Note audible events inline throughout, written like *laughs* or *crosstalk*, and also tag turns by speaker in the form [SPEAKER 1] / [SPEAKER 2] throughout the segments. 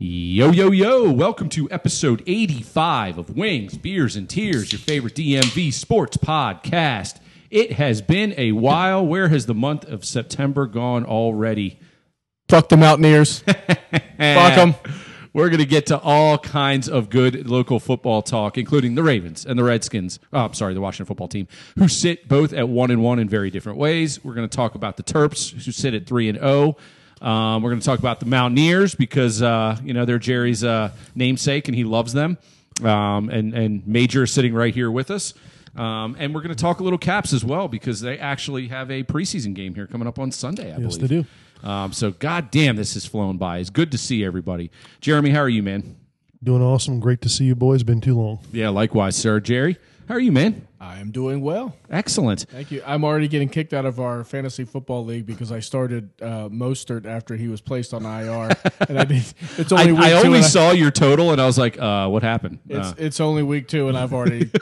[SPEAKER 1] Yo, yo, yo. Welcome to episode 85 of Wings, Beers, and Tears, your favorite DMV sports podcast. It has been a while. Where has the month of September gone already?
[SPEAKER 2] Fuck
[SPEAKER 1] *laughs*
[SPEAKER 2] the Mountaineers. Fuck them.
[SPEAKER 1] We're going to get to all kinds of good local football talk, including the Ravens and the Redskins. Oh, I'm sorry, the Washington football team, who sit both at one and one in very different ways. We're going to talk about the Terps, who sit at three and zero. Um, we're going to talk about the Mountaineers because uh, you know they're Jerry's uh, namesake and he loves them. Um, and and Major is sitting right here with us. Um, and we're going to talk a little caps as well because they actually have a preseason game here coming up on Sunday. I
[SPEAKER 2] Yes,
[SPEAKER 1] believe
[SPEAKER 2] they do.
[SPEAKER 1] um, so, goddamn, this has flown by. It's good to see everybody. Jeremy, how are you, man?
[SPEAKER 3] Doing awesome. Great to see you, boys. Been too long.
[SPEAKER 1] Yeah, likewise, sir. Jerry, how are you, man?
[SPEAKER 2] I am doing well.
[SPEAKER 1] Excellent.
[SPEAKER 2] Thank you. I'm already getting kicked out of our fantasy football league because I started uh, Mostert after he was placed on
[SPEAKER 1] *laughs*
[SPEAKER 2] IR, and I did, it's
[SPEAKER 1] I,
[SPEAKER 2] only week
[SPEAKER 1] I
[SPEAKER 2] two.
[SPEAKER 1] only
[SPEAKER 2] and I-
[SPEAKER 1] saw your total, and I was like, uh, "What happened?"
[SPEAKER 2] it's,
[SPEAKER 1] Uh,
[SPEAKER 2] it's only week two, and I've
[SPEAKER 1] *laughs*
[SPEAKER 2] already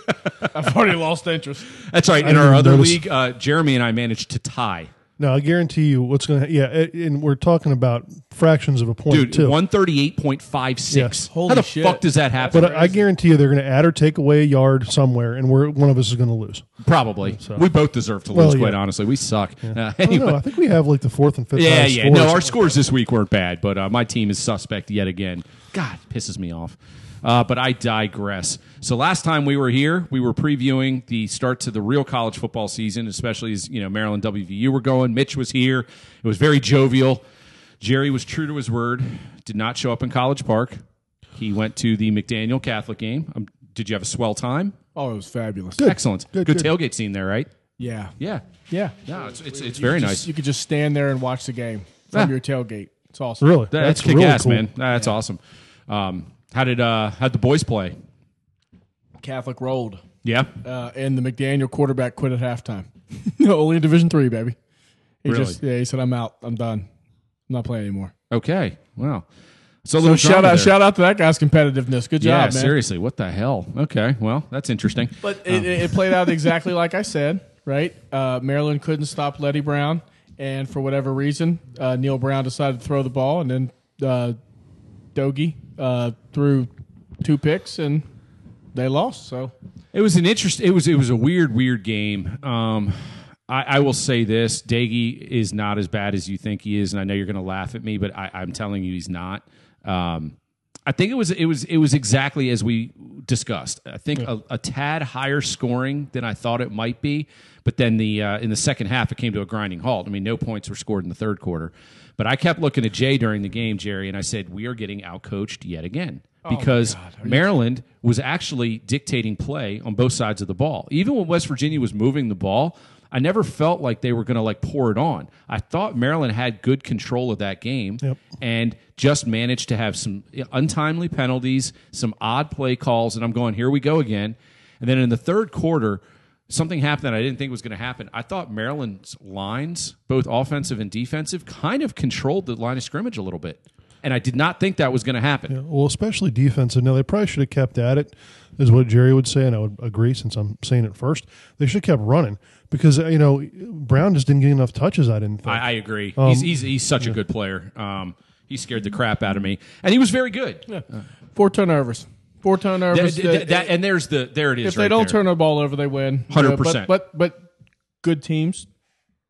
[SPEAKER 2] I've already lost interest.
[SPEAKER 1] that's right. In
[SPEAKER 3] didn't
[SPEAKER 1] our
[SPEAKER 3] even
[SPEAKER 1] other
[SPEAKER 3] notice.
[SPEAKER 1] league, uh, Jeremy and I managed to tie.
[SPEAKER 3] No, I guarantee you what's going to Yeah, a- and we're talking about fractions of a point,
[SPEAKER 1] Dude,
[SPEAKER 3] too.
[SPEAKER 1] one thirty-eight point five
[SPEAKER 3] Oh, Yes.
[SPEAKER 1] six. How
[SPEAKER 2] Holy
[SPEAKER 1] the
[SPEAKER 2] shit.
[SPEAKER 1] fuck does that happen?
[SPEAKER 3] but I, I guarantee you they're going to add or take away a yard somewhere, and we're one of us is going to lose.
[SPEAKER 1] Probably. We both deserve to lose.
[SPEAKER 3] Well,
[SPEAKER 1] Quite
[SPEAKER 3] yeah. Oh,
[SPEAKER 1] honestly, we suck. Uh,
[SPEAKER 3] I don't
[SPEAKER 1] anyway,
[SPEAKER 3] know. I think we have like the fourth and fifth.
[SPEAKER 1] yeah,
[SPEAKER 3] highest
[SPEAKER 1] yeah.
[SPEAKER 3] score
[SPEAKER 1] No,
[SPEAKER 3] or
[SPEAKER 1] our
[SPEAKER 3] something.
[SPEAKER 1] scores this week weren't bad, but uh, my team is suspect yet again. God, pisses me off. Uh, but I digress. So last time we were here, we were previewing the start to the real college football season, especially as you know Maryland WVU were going. Mitch was here; it was very jovial. Jerry was true to his word; did not show up in College Park. He went to the McDaniel Catholic game. Um, did you have a swell time?
[SPEAKER 2] Oh, it was fabulous.
[SPEAKER 1] Excellent. Good,
[SPEAKER 3] Good, good.
[SPEAKER 1] tailgate scene there, right?
[SPEAKER 2] Yeah,
[SPEAKER 1] Yeah.
[SPEAKER 2] yeah.
[SPEAKER 1] No, it's it's, it's
[SPEAKER 2] You
[SPEAKER 1] very
[SPEAKER 2] just-
[SPEAKER 1] nice.
[SPEAKER 2] You could just stand there and watch the game from
[SPEAKER 1] Yeah.
[SPEAKER 2] your tailgate. It's awesome.
[SPEAKER 3] Really?
[SPEAKER 1] That- that's, kick ass, man. That's awesome. Um, how did uh, how'd the boys play?
[SPEAKER 2] Catholic rolled.
[SPEAKER 1] Yeah,
[SPEAKER 2] uh, and the McDaniel quarterback quit at halftime. *laughs* no, only in Division Three, baby. He
[SPEAKER 1] Really?
[SPEAKER 2] just yeah, he said, "I'm out. I'm done. I'm not playing anymore."
[SPEAKER 1] Okay. Wow. So, a
[SPEAKER 2] So
[SPEAKER 1] little
[SPEAKER 2] shout out,
[SPEAKER 1] drama there.
[SPEAKER 2] shout out to that guy's competitiveness. Good
[SPEAKER 1] Yeah,
[SPEAKER 2] job, man.
[SPEAKER 1] seriously. What the hell? Okay. Well, that's interesting.
[SPEAKER 2] But it, it, it played out exactly like I said. Right, uh, Maryland couldn't stop Letty Brown, and for whatever reason, uh, Neil Brown decided to throw the ball, and then uh, Dogie uh, threw two picks, and they lost. So
[SPEAKER 1] It was an interest. It was it was a weird, weird game. Um, I, I will say this: Daggy is not as bad as you think he is, and I know you're going to laugh at me, but I, I'm telling you, he's not. Um, I think it was it was it was exactly as we discussed. I think a, a tad higher scoring than I thought it might be, but then the uh, in the second half it came to a grinding halt. I mean, no points were scored in the third quarter. But I kept looking at Jay during the game, Jerry, and I said, "We are getting outcoached yet again." Because Maryland was actually dictating play on both sides of the ball. Even when West Virginia was moving the ball, I never felt like they were going to like pour it on. I thought Maryland had good control of that game
[SPEAKER 3] Yep.
[SPEAKER 1] and just managed to have some untimely penalties, some odd play calls, and I'm going, here we go again. And then in the third quarter, something happened that I didn't think was going to happen. I thought Maryland's lines, both offensive and defensive, kind of controlled the line of scrimmage a little bit. And I did not think that was going to happen.
[SPEAKER 3] Well, especially defensive. Now, they probably should have kept at it, is what Jerry would say, and I would agree since I'm saying it first. They should have kept running because, uh, you know, Brown just didn't get enough touches, I didn't think.
[SPEAKER 1] I, I agree.
[SPEAKER 2] Um,
[SPEAKER 1] he's, he's, he's such a good player. Um, he scared the crap out of me, and he was very good.
[SPEAKER 2] four turnovers. Four turnovers.
[SPEAKER 1] Th- th- th- that- and there's the there it is.
[SPEAKER 2] if they
[SPEAKER 1] right
[SPEAKER 2] don't
[SPEAKER 1] there.
[SPEAKER 2] turn the ball over, they win. You know,
[SPEAKER 1] 100%.
[SPEAKER 2] But but but good teams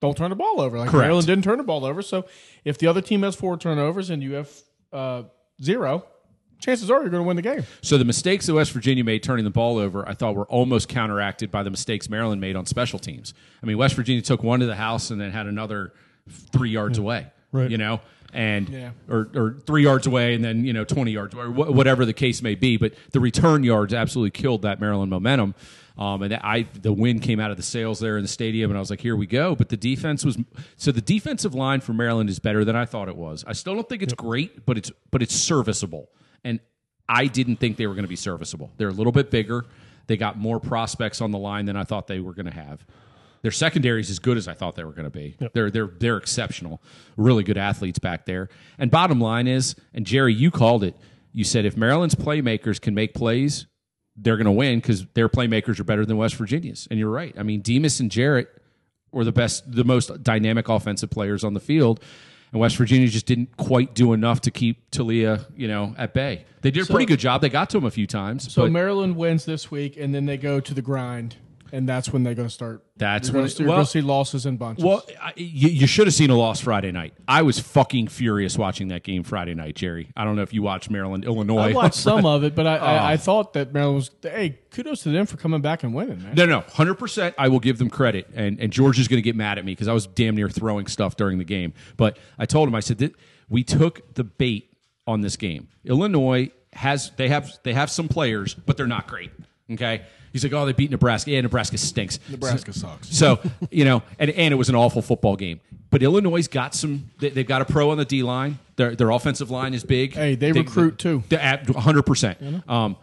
[SPEAKER 2] don't turn the ball over. Like
[SPEAKER 1] Correct.
[SPEAKER 2] Maryland didn't turn the ball over. So if the other team has four turnovers and you have uh, zero, chances are you're going to win the game.
[SPEAKER 1] So the mistakes that West Virginia made turning the ball over, I thought were almost counteracted by the mistakes Maryland made on special teams. I mean, West Virginia took one to the house and then had another three yards away.
[SPEAKER 3] Right.
[SPEAKER 1] You know. And
[SPEAKER 2] Yeah.
[SPEAKER 1] or, or three yards away, and then you know twenty yards, or wh- whatever the case may be. But the return yards absolutely killed that Maryland momentum, um, and I the wind came out of the sails there in the stadium, and I was like, here we go. But the defense was so the defensive line for Maryland is better than I thought it was. I still don't think it's great, but it's but it's serviceable, and I didn't think they were going to be serviceable. They're a little bit bigger. They got more prospects on the line than I thought they were going to have. Their secondary is as good as I thought they were going to be. They're they're they're exceptional, really good athletes back there. And bottom line is, and Jerry, you called it. You said if Maryland's playmakers can make plays, they're going to win because their playmakers are better than West Virginia's. And you're right. I mean, Demas and Jarrett were the best, the most dynamic offensive players on the field. and West Virginia just didn't quite do enough to keep Talia, you know, at bay. They did a pretty good job. They got to him a few times,
[SPEAKER 2] So
[SPEAKER 1] but
[SPEAKER 2] Maryland wins this week, and then they go to the grind, and that's when they're going to start.
[SPEAKER 1] That's
[SPEAKER 2] you're
[SPEAKER 1] when
[SPEAKER 2] gonna
[SPEAKER 1] it-
[SPEAKER 2] see- you're going
[SPEAKER 1] well-
[SPEAKER 2] to see losses in bunches.
[SPEAKER 1] Well, I, you, you should have seen a loss Friday night. I was fucking furious watching that game Friday night, Jerry. I don't know if you watched Maryland, Illinois.
[SPEAKER 2] I
[SPEAKER 1] *laughs*
[SPEAKER 2] watched some of it, but I, I,
[SPEAKER 1] Ah.
[SPEAKER 2] I thought that Maryland was. Hey, kudos to them for coming back and winning, man.
[SPEAKER 1] No, no, hundred percent. I will give them credit, and and George is going to get mad at me because I was damn near throwing stuff during the game. But I told him, I said that we took the bait on this game. Illinois has they have they have some players, but they're not great. Okay, he's like, oh, they beat Nebraska. Yeah, Nebraska stinks.
[SPEAKER 2] Nebraska sucks.
[SPEAKER 1] So you know, and and it was an awful football game. But Illinois got some. They, they've got a pro on the D line. Their their offensive line is big.
[SPEAKER 2] Hey, they recruit, too.
[SPEAKER 1] They're At 100%. Um,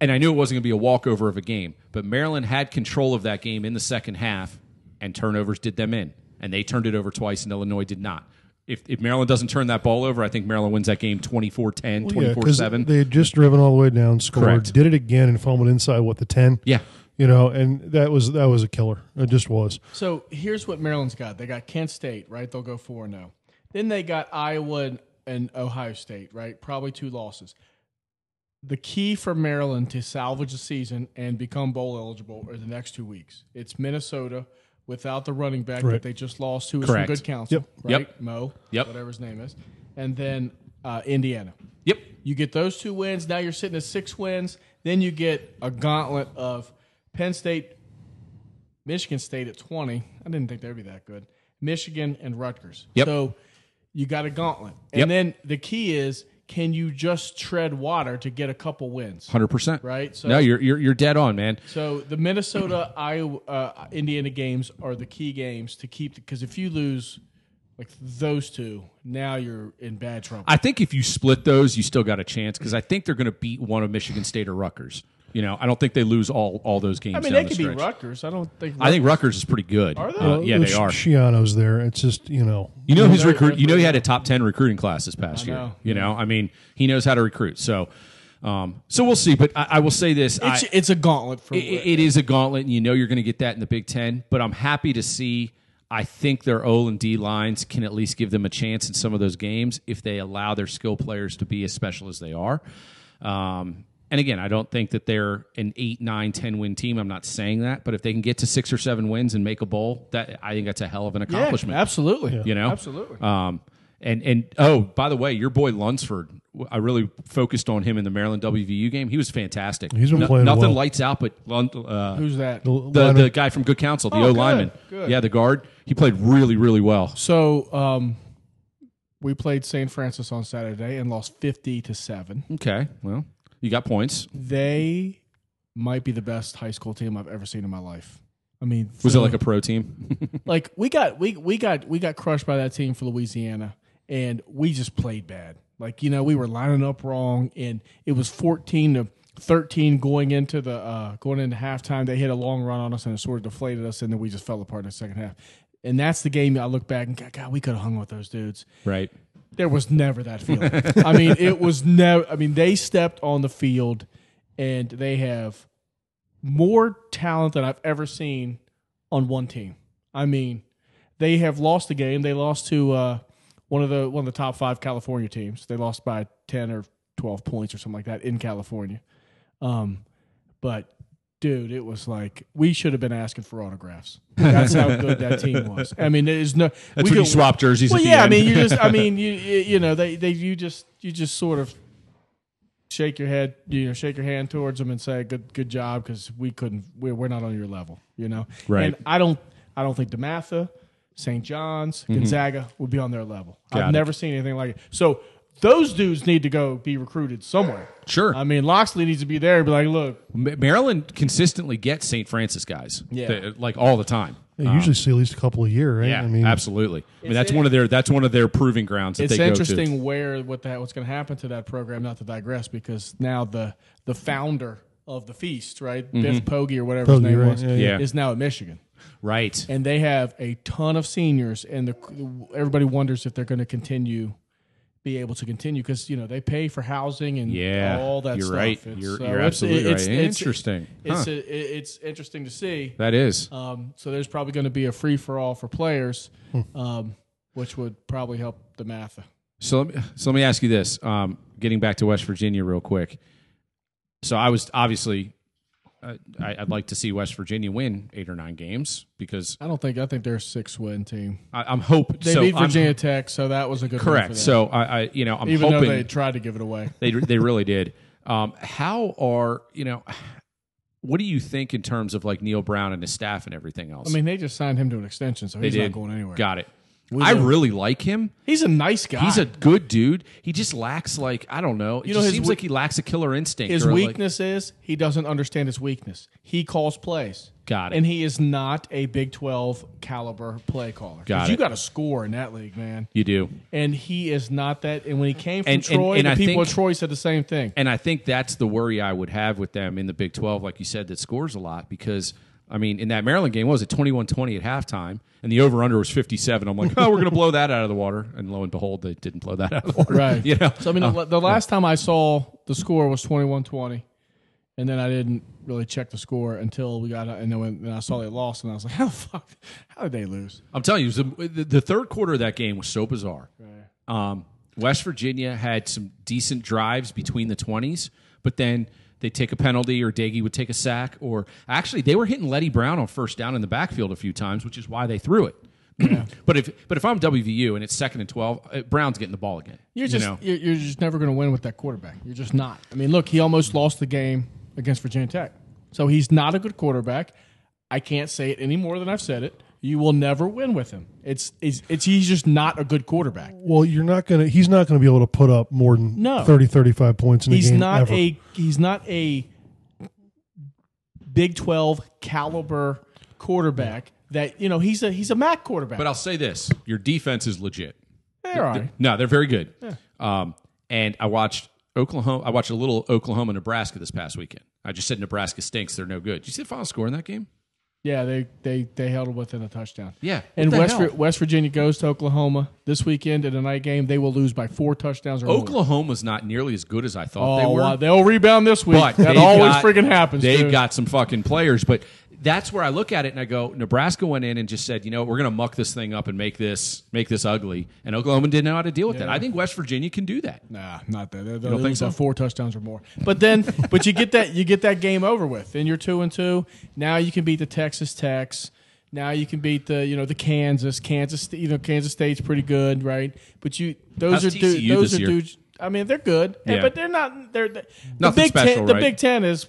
[SPEAKER 1] and I knew it wasn't going to be a walkover of a game, but Maryland had control of that game in the second half, and turnovers did them in. And they turned it over twice, and Illinois did not. If, if Maryland doesn't turn that ball over, I think Maryland wins that game 24 10, 24 7.
[SPEAKER 3] They had just driven all the way down, scored,
[SPEAKER 1] Correct.
[SPEAKER 3] did it again, and fumbled inside what the ten.
[SPEAKER 1] Yeah.
[SPEAKER 3] you know, and that was that was a killer. It just was.
[SPEAKER 2] So here's what Maryland's got. They got Kent State, right? They'll go four and zero. Then they got Iowa and, and Ohio State, right? Probably two losses. The key for Maryland to salvage the season and become bowl eligible are the next two weeks. It's Minnesota without the running back
[SPEAKER 3] Right.
[SPEAKER 2] that they just lost, who is
[SPEAKER 1] Correct.
[SPEAKER 2] from good counsel,
[SPEAKER 1] Yep.
[SPEAKER 2] right? Mo,
[SPEAKER 1] Yep.
[SPEAKER 2] whatever his name is, and then uh, Indiana.
[SPEAKER 1] Yep.
[SPEAKER 2] You get those two wins. Now you're sitting at six wins. Then you get a gauntlet of Penn State, Michigan State at 20. I didn't think they'd be that good. Michigan and Rutgers.
[SPEAKER 1] Yep.
[SPEAKER 2] So you got a gauntlet. And
[SPEAKER 1] Yep.
[SPEAKER 2] then the key is can you just tread water to get a couple wins?
[SPEAKER 1] 100%.
[SPEAKER 2] Right, so-
[SPEAKER 1] no, you're, you're, you're dead on, man.
[SPEAKER 2] So the Minnesota, Iowa, uh, Indiana games are the key games to keep because if you lose like those two, now you're in bad trouble.
[SPEAKER 1] I think if you split those, you still got a chance because I think they're going to beat one of Michigan State or Rutgers. You know, I don't think they lose all, all those games.
[SPEAKER 2] I mean,
[SPEAKER 1] down
[SPEAKER 2] they
[SPEAKER 1] the
[SPEAKER 2] could be
[SPEAKER 1] stretch.
[SPEAKER 2] Rutgers. I don't think.
[SPEAKER 1] I think Rutgers is pretty good.
[SPEAKER 2] Are they?
[SPEAKER 1] Uh, yeah,
[SPEAKER 3] Well,
[SPEAKER 1] they are.
[SPEAKER 3] Shiano's there. It's just you know,
[SPEAKER 1] You know who's
[SPEAKER 2] they're-
[SPEAKER 1] recruit. You know he
[SPEAKER 2] they're-
[SPEAKER 1] had a top ten recruiting class this past
[SPEAKER 2] I
[SPEAKER 1] year.
[SPEAKER 2] know.
[SPEAKER 1] You know, I mean, he knows how to recruit. So, um, so we'll see. But I, I will say this: I,
[SPEAKER 2] It's, it's a gauntlet for
[SPEAKER 1] it- it is a gauntlet, and you know you're going to get that in the Big Ten. But I'm happy to see. I think their O and D lines can at least give them a chance in some of those games if they allow their skill players to be as special as they are. Um, and again, I don't think that they're an eight, nine, ten win team. I'm not saying that, but if they can get to six or seven wins and make a bowl, that I think that's a hell of an
[SPEAKER 2] Yeah,
[SPEAKER 1] accomplishment.
[SPEAKER 2] absolutely.
[SPEAKER 1] You know,
[SPEAKER 2] Absolutely.
[SPEAKER 1] Um, and and oh, by the way, your boy Lunsford, I really focused on him in the Maryland WVU game. He was fantastic.
[SPEAKER 3] He's been playing
[SPEAKER 1] nothing
[SPEAKER 3] well.
[SPEAKER 1] lights out, but Lun, uh,
[SPEAKER 2] Who's that?
[SPEAKER 1] the the guy from Good Counsel, the O
[SPEAKER 2] Oh, good,
[SPEAKER 1] lineman,
[SPEAKER 2] good.
[SPEAKER 1] yeah, the guard. He played really really well.
[SPEAKER 2] So, um, we played St. Francis on Saturday and lost 50
[SPEAKER 1] *laughs*
[SPEAKER 2] to 7.
[SPEAKER 1] Okay, well, you got points.
[SPEAKER 2] They might be the best high school team I've ever seen in my life. I mean,
[SPEAKER 1] Was
[SPEAKER 2] so-
[SPEAKER 1] it like a pro team? *laughs*
[SPEAKER 2] like we got we we got we got crushed by that team for Louisiana and we just played bad. Like, you know, we were lining up wrong and it was 14 to 13 going into the uh going into halftime. They hit a long run on us and it sort of deflated us and then we just fell apart in the second half. And that's the game I look back and God, God we could have hung with those dudes
[SPEAKER 1] right.
[SPEAKER 2] there was never that feeling. I mean, it was never. I mean, they stepped on the field, and they have more talent than I've ever seen on one team. I mean, they have lost the game. They lost to uh, one of the one of the top five California teams. They lost by ten or twelve points or something like that in California. Um, but dude, it was like we should have been asking for autographs. That's how good that team was. I mean, there's no.
[SPEAKER 1] That's
[SPEAKER 2] we
[SPEAKER 1] when you
[SPEAKER 2] could-
[SPEAKER 1] swap jerseys.
[SPEAKER 2] well,
[SPEAKER 1] at the
[SPEAKER 2] yeah. I
[SPEAKER 1] end. *laughs*
[SPEAKER 2] mean, you just. I mean, you you you know, they they you just you just sort of shake your head, you know, shake your hand towards them and say good good job because we couldn't. We're we're not on your level, you know.
[SPEAKER 1] Right.
[SPEAKER 2] And I don't I don't think Dematha, St. John's, Gonzaga would be on their level.
[SPEAKER 1] Mm-hmm. Got
[SPEAKER 2] I've
[SPEAKER 1] it.
[SPEAKER 2] never seen anything like it. So those dudes need to go be recruited somewhere.
[SPEAKER 1] Sure.
[SPEAKER 2] I mean, Loxley needs to be there and be like, look,
[SPEAKER 1] Ma- Maryland consistently gets St. Francis guys,
[SPEAKER 2] Yeah.
[SPEAKER 1] They- like all the time.
[SPEAKER 3] They usually see at least a couple a year, right?
[SPEAKER 1] uh, Yeah,
[SPEAKER 3] I mean,
[SPEAKER 1] absolutely. I mean,
[SPEAKER 2] It's
[SPEAKER 1] that's
[SPEAKER 2] in-
[SPEAKER 1] one of their that's one of their proving grounds that
[SPEAKER 2] it's
[SPEAKER 1] they go to.
[SPEAKER 2] interesting where what that what's going to happen to that program. Not to digress, because now the the founder of the feast, right,
[SPEAKER 1] Mm-hmm.
[SPEAKER 2] Biff Pogge or whatever his
[SPEAKER 3] Pogge,
[SPEAKER 2] name
[SPEAKER 3] right,
[SPEAKER 2] was,
[SPEAKER 3] yeah,
[SPEAKER 1] yeah.
[SPEAKER 2] is now at Michigan,
[SPEAKER 1] Right.
[SPEAKER 2] and they have a ton of seniors, and the everybody wonders if they're going to continue, be able to continue because you know they pay for housing and
[SPEAKER 1] Yeah,
[SPEAKER 2] all that.
[SPEAKER 1] you're
[SPEAKER 2] stuff.
[SPEAKER 1] right. You're- you're absolutely right. Interesting.
[SPEAKER 2] It's,
[SPEAKER 1] Huh.
[SPEAKER 2] it- it's interesting to see.
[SPEAKER 1] That is.
[SPEAKER 3] Hmm.
[SPEAKER 2] Um, so there's probably going to be a free for all for players. Um, which would probably help the math.
[SPEAKER 1] So let me, so let me ask you this. Um, getting back to West Virginia real quick. So I was obviously, uh, I, I'd like to see West Virginia win eight or nine games because
[SPEAKER 2] I don't think. I think they're a six win team.
[SPEAKER 1] I, I'm hoping
[SPEAKER 2] They
[SPEAKER 1] so
[SPEAKER 2] beat
[SPEAKER 1] I'm-
[SPEAKER 2] Virginia Tech, so that was a good Win for
[SPEAKER 1] correct.
[SPEAKER 2] them.
[SPEAKER 1] So I, I, you know, I'm
[SPEAKER 2] even though
[SPEAKER 1] hoping
[SPEAKER 2] they tried to give it away,
[SPEAKER 1] They they really did. Um, how are you know? What do you think in terms of like Neil Brown and his staff and everything else?
[SPEAKER 2] I mean they just signed him to an extension, so he's not going anywhere.
[SPEAKER 1] Got it. I
[SPEAKER 2] know-
[SPEAKER 1] really like him.
[SPEAKER 2] He's a nice guy.
[SPEAKER 1] He's a good dude. He just lacks like I don't know. It
[SPEAKER 2] know,
[SPEAKER 1] just
[SPEAKER 2] his
[SPEAKER 1] seems
[SPEAKER 2] wea-
[SPEAKER 1] like he lacks a killer instinct.
[SPEAKER 2] His
[SPEAKER 1] or, like-
[SPEAKER 2] weakness is he doesn't understand his weakness. He calls plays.
[SPEAKER 1] Got it.
[SPEAKER 2] And he is not a Big 12 caliber play caller. 'Cause
[SPEAKER 1] Got
[SPEAKER 2] You
[SPEAKER 1] it.
[SPEAKER 2] got to score in that league, man.
[SPEAKER 1] you do,
[SPEAKER 2] And he is not that. And when he came from
[SPEAKER 1] And- and-
[SPEAKER 2] Troy,
[SPEAKER 1] and
[SPEAKER 2] the
[SPEAKER 1] I
[SPEAKER 2] people
[SPEAKER 1] think-
[SPEAKER 2] at Troy said the same thing.
[SPEAKER 1] and I think that's the worry I would have with them in the Big Twelve, like you said, that scores a lot because. I mean, in that Maryland game, what was it 21-20 at halftime, and the over/under was fifty-seven. I'm like, *laughs* oh, we're going to blow that out of the water, and lo and behold, they didn't blow that out of the *laughs* water.
[SPEAKER 2] Right.
[SPEAKER 1] You know, Oh.
[SPEAKER 2] So, I mean, the the last time I saw the score was 21 20. And then I didn't really check the score until we got, and then when then I saw they lost, and I was like, *laughs* how the fuck, how did they lose?
[SPEAKER 1] I'm telling you, it was the, the third quarter of that game was so bizarre. Um, West Virginia had some decent drives between the 20s, but then they take a penalty, or Daggy would take a sack, or actually they were hitting Letty Brown on first down in the backfield a few times, which is why they threw it. *clears throat* but if but if I'm WVU and it's second and 12, uh, Brown's getting the ball again.
[SPEAKER 2] You're just
[SPEAKER 1] you know?
[SPEAKER 2] you're, you're just never going to win with that quarterback. You're just not. I mean, look, he almost lost the game against Virginia Tech, so he's not a good quarterback. I can't say it any more than I've said it. You will never win with him. It's it's, it's he's just not a good quarterback.
[SPEAKER 3] Well, you're not going to, he's not going to be able to put up more than
[SPEAKER 2] No.
[SPEAKER 3] thirty, thirty-five 30, 35 points in
[SPEAKER 2] He's
[SPEAKER 3] a game.
[SPEAKER 2] not
[SPEAKER 3] ever.
[SPEAKER 2] a he's not a Big Twelve caliber quarterback. That you know he's a he's a MAC quarterback.
[SPEAKER 1] But I'll say this: your defense is legit.
[SPEAKER 2] They're all right.
[SPEAKER 1] No, they're very good. Um, and I watched Oklahoma. I watched a little Oklahoma Nebraska this past weekend. I just said Nebraska stinks. They're no good. Did you see the final score in that game?
[SPEAKER 2] Yeah, they they they held him within a touchdown.
[SPEAKER 1] Yeah. What
[SPEAKER 2] and
[SPEAKER 1] the
[SPEAKER 2] West
[SPEAKER 1] hell?
[SPEAKER 2] Vir- West Virginia goes to Oklahoma this weekend in a night game. They will lose by four touchdowns or more.
[SPEAKER 1] Oklahoma's not nearly as good as I thought
[SPEAKER 2] Oh,
[SPEAKER 1] they were.
[SPEAKER 2] wow, they'll rebound this week.
[SPEAKER 1] but
[SPEAKER 2] that
[SPEAKER 1] they've
[SPEAKER 2] always
[SPEAKER 1] got-
[SPEAKER 2] freaking happens.
[SPEAKER 1] They've
[SPEAKER 2] dude.
[SPEAKER 1] got some fucking players, but that's where I look at it and I go, Nebraska went in and just said, you know, we're going to muck this thing up and make this make this ugly. And Oklahoma didn't know how to deal with that. I think West Virginia can do that.
[SPEAKER 2] nah, not that. They'll, they'll
[SPEAKER 1] think
[SPEAKER 2] lose
[SPEAKER 1] so?
[SPEAKER 2] by four touchdowns or more. But then, *laughs* but you get that you get that game over with. Then you're two and two. Now you can beat the Texas Techs. Now you can beat the you know the Kansas Kansas Sta- you know Kansas State's pretty good right but you those
[SPEAKER 1] How's
[SPEAKER 2] are dudes
[SPEAKER 1] TCU
[SPEAKER 2] those
[SPEAKER 1] this
[SPEAKER 2] are
[SPEAKER 1] year?
[SPEAKER 2] dudes I mean they're good eh,
[SPEAKER 1] Yeah.
[SPEAKER 2] but they're not they're the, the
[SPEAKER 1] Nothing
[SPEAKER 2] Big
[SPEAKER 1] special,
[SPEAKER 2] Ten the
[SPEAKER 1] right?
[SPEAKER 2] Big Ten is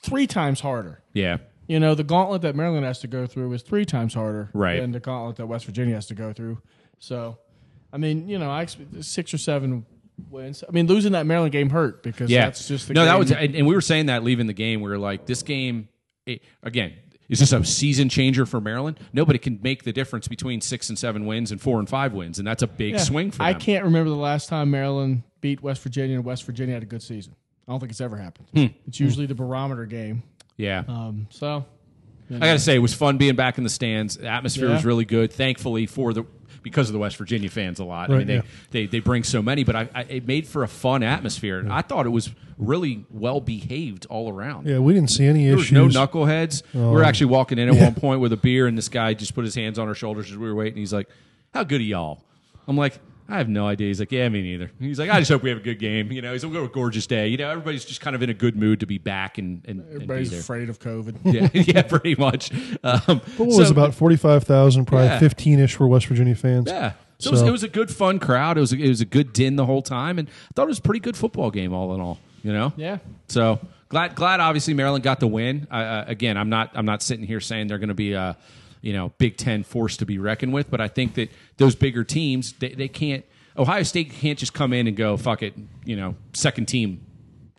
[SPEAKER 2] three times harder
[SPEAKER 1] Yeah.
[SPEAKER 2] You know, the gauntlet that Maryland has to go through is three times harder
[SPEAKER 1] Right.
[SPEAKER 2] than the gauntlet that West Virginia has to go through. So, I mean, you know, I expect six or seven wins. I mean, losing that Maryland game hurt because
[SPEAKER 1] Yeah.
[SPEAKER 2] that's just the
[SPEAKER 1] no, that
[SPEAKER 2] game
[SPEAKER 1] was, and, and we were saying that leaving the game. We were like, this game, it, again, is this a season changer for Maryland? Nobody can make the difference between six and seven wins and four and five wins, and that's a big
[SPEAKER 2] Yeah.
[SPEAKER 1] swing for them.
[SPEAKER 2] I can't remember the last time Maryland beat West Virginia and West Virginia had a good season. I don't think it's ever happened.
[SPEAKER 1] Hmm.
[SPEAKER 2] It's usually the barometer game.
[SPEAKER 1] Yeah.
[SPEAKER 2] Um, so,
[SPEAKER 1] I got to say, it was fun being back in the stands. The atmosphere
[SPEAKER 2] Yeah.
[SPEAKER 1] was really good. Thankfully, for the because of the West Virginia fans a lot. I mean, they,
[SPEAKER 3] yeah.
[SPEAKER 1] they they bring so many, but I, I it made for a fun atmosphere. And I thought it was really well behaved all around.
[SPEAKER 3] yeah, we didn't see any
[SPEAKER 1] There
[SPEAKER 3] issues. Oh.
[SPEAKER 1] was no knuckleheads. we were actually walking in at one point with a beer, and this guy just put his hands on our shoulders as we were waiting. He's like, "How good are y'all?" I'm like. I have no idea. He's like, yeah, me neither. He's like, I just hope we have a good game. You know, he's like, we're a gorgeous day. You know, everybody's just kind of in a good mood to be back and, and, and be
[SPEAKER 2] everybody's
[SPEAKER 1] there.
[SPEAKER 2] afraid of COVID.
[SPEAKER 1] yeah, *laughs* yeah, pretty much. Um,
[SPEAKER 3] But what was
[SPEAKER 1] so-
[SPEAKER 3] it, about 45,000,
[SPEAKER 1] Yeah.
[SPEAKER 3] probably 15 ish for West Virginia fans.
[SPEAKER 1] Yeah. So, It, was,
[SPEAKER 3] So-
[SPEAKER 1] it was a good, fun crowd. It was, a, it was a good din the whole time, and I thought it was a pretty good football game all in all. You know.
[SPEAKER 2] Yeah.
[SPEAKER 1] So glad, glad. Obviously, Maryland got the win. I, uh, again, I'm not, I'm not sitting here saying they're going to be a, you know, Big Ten force to be reckoned with, but I think that those bigger teams, they, they can't. Ohio State can't just come in and go, fuck it. You know, second team,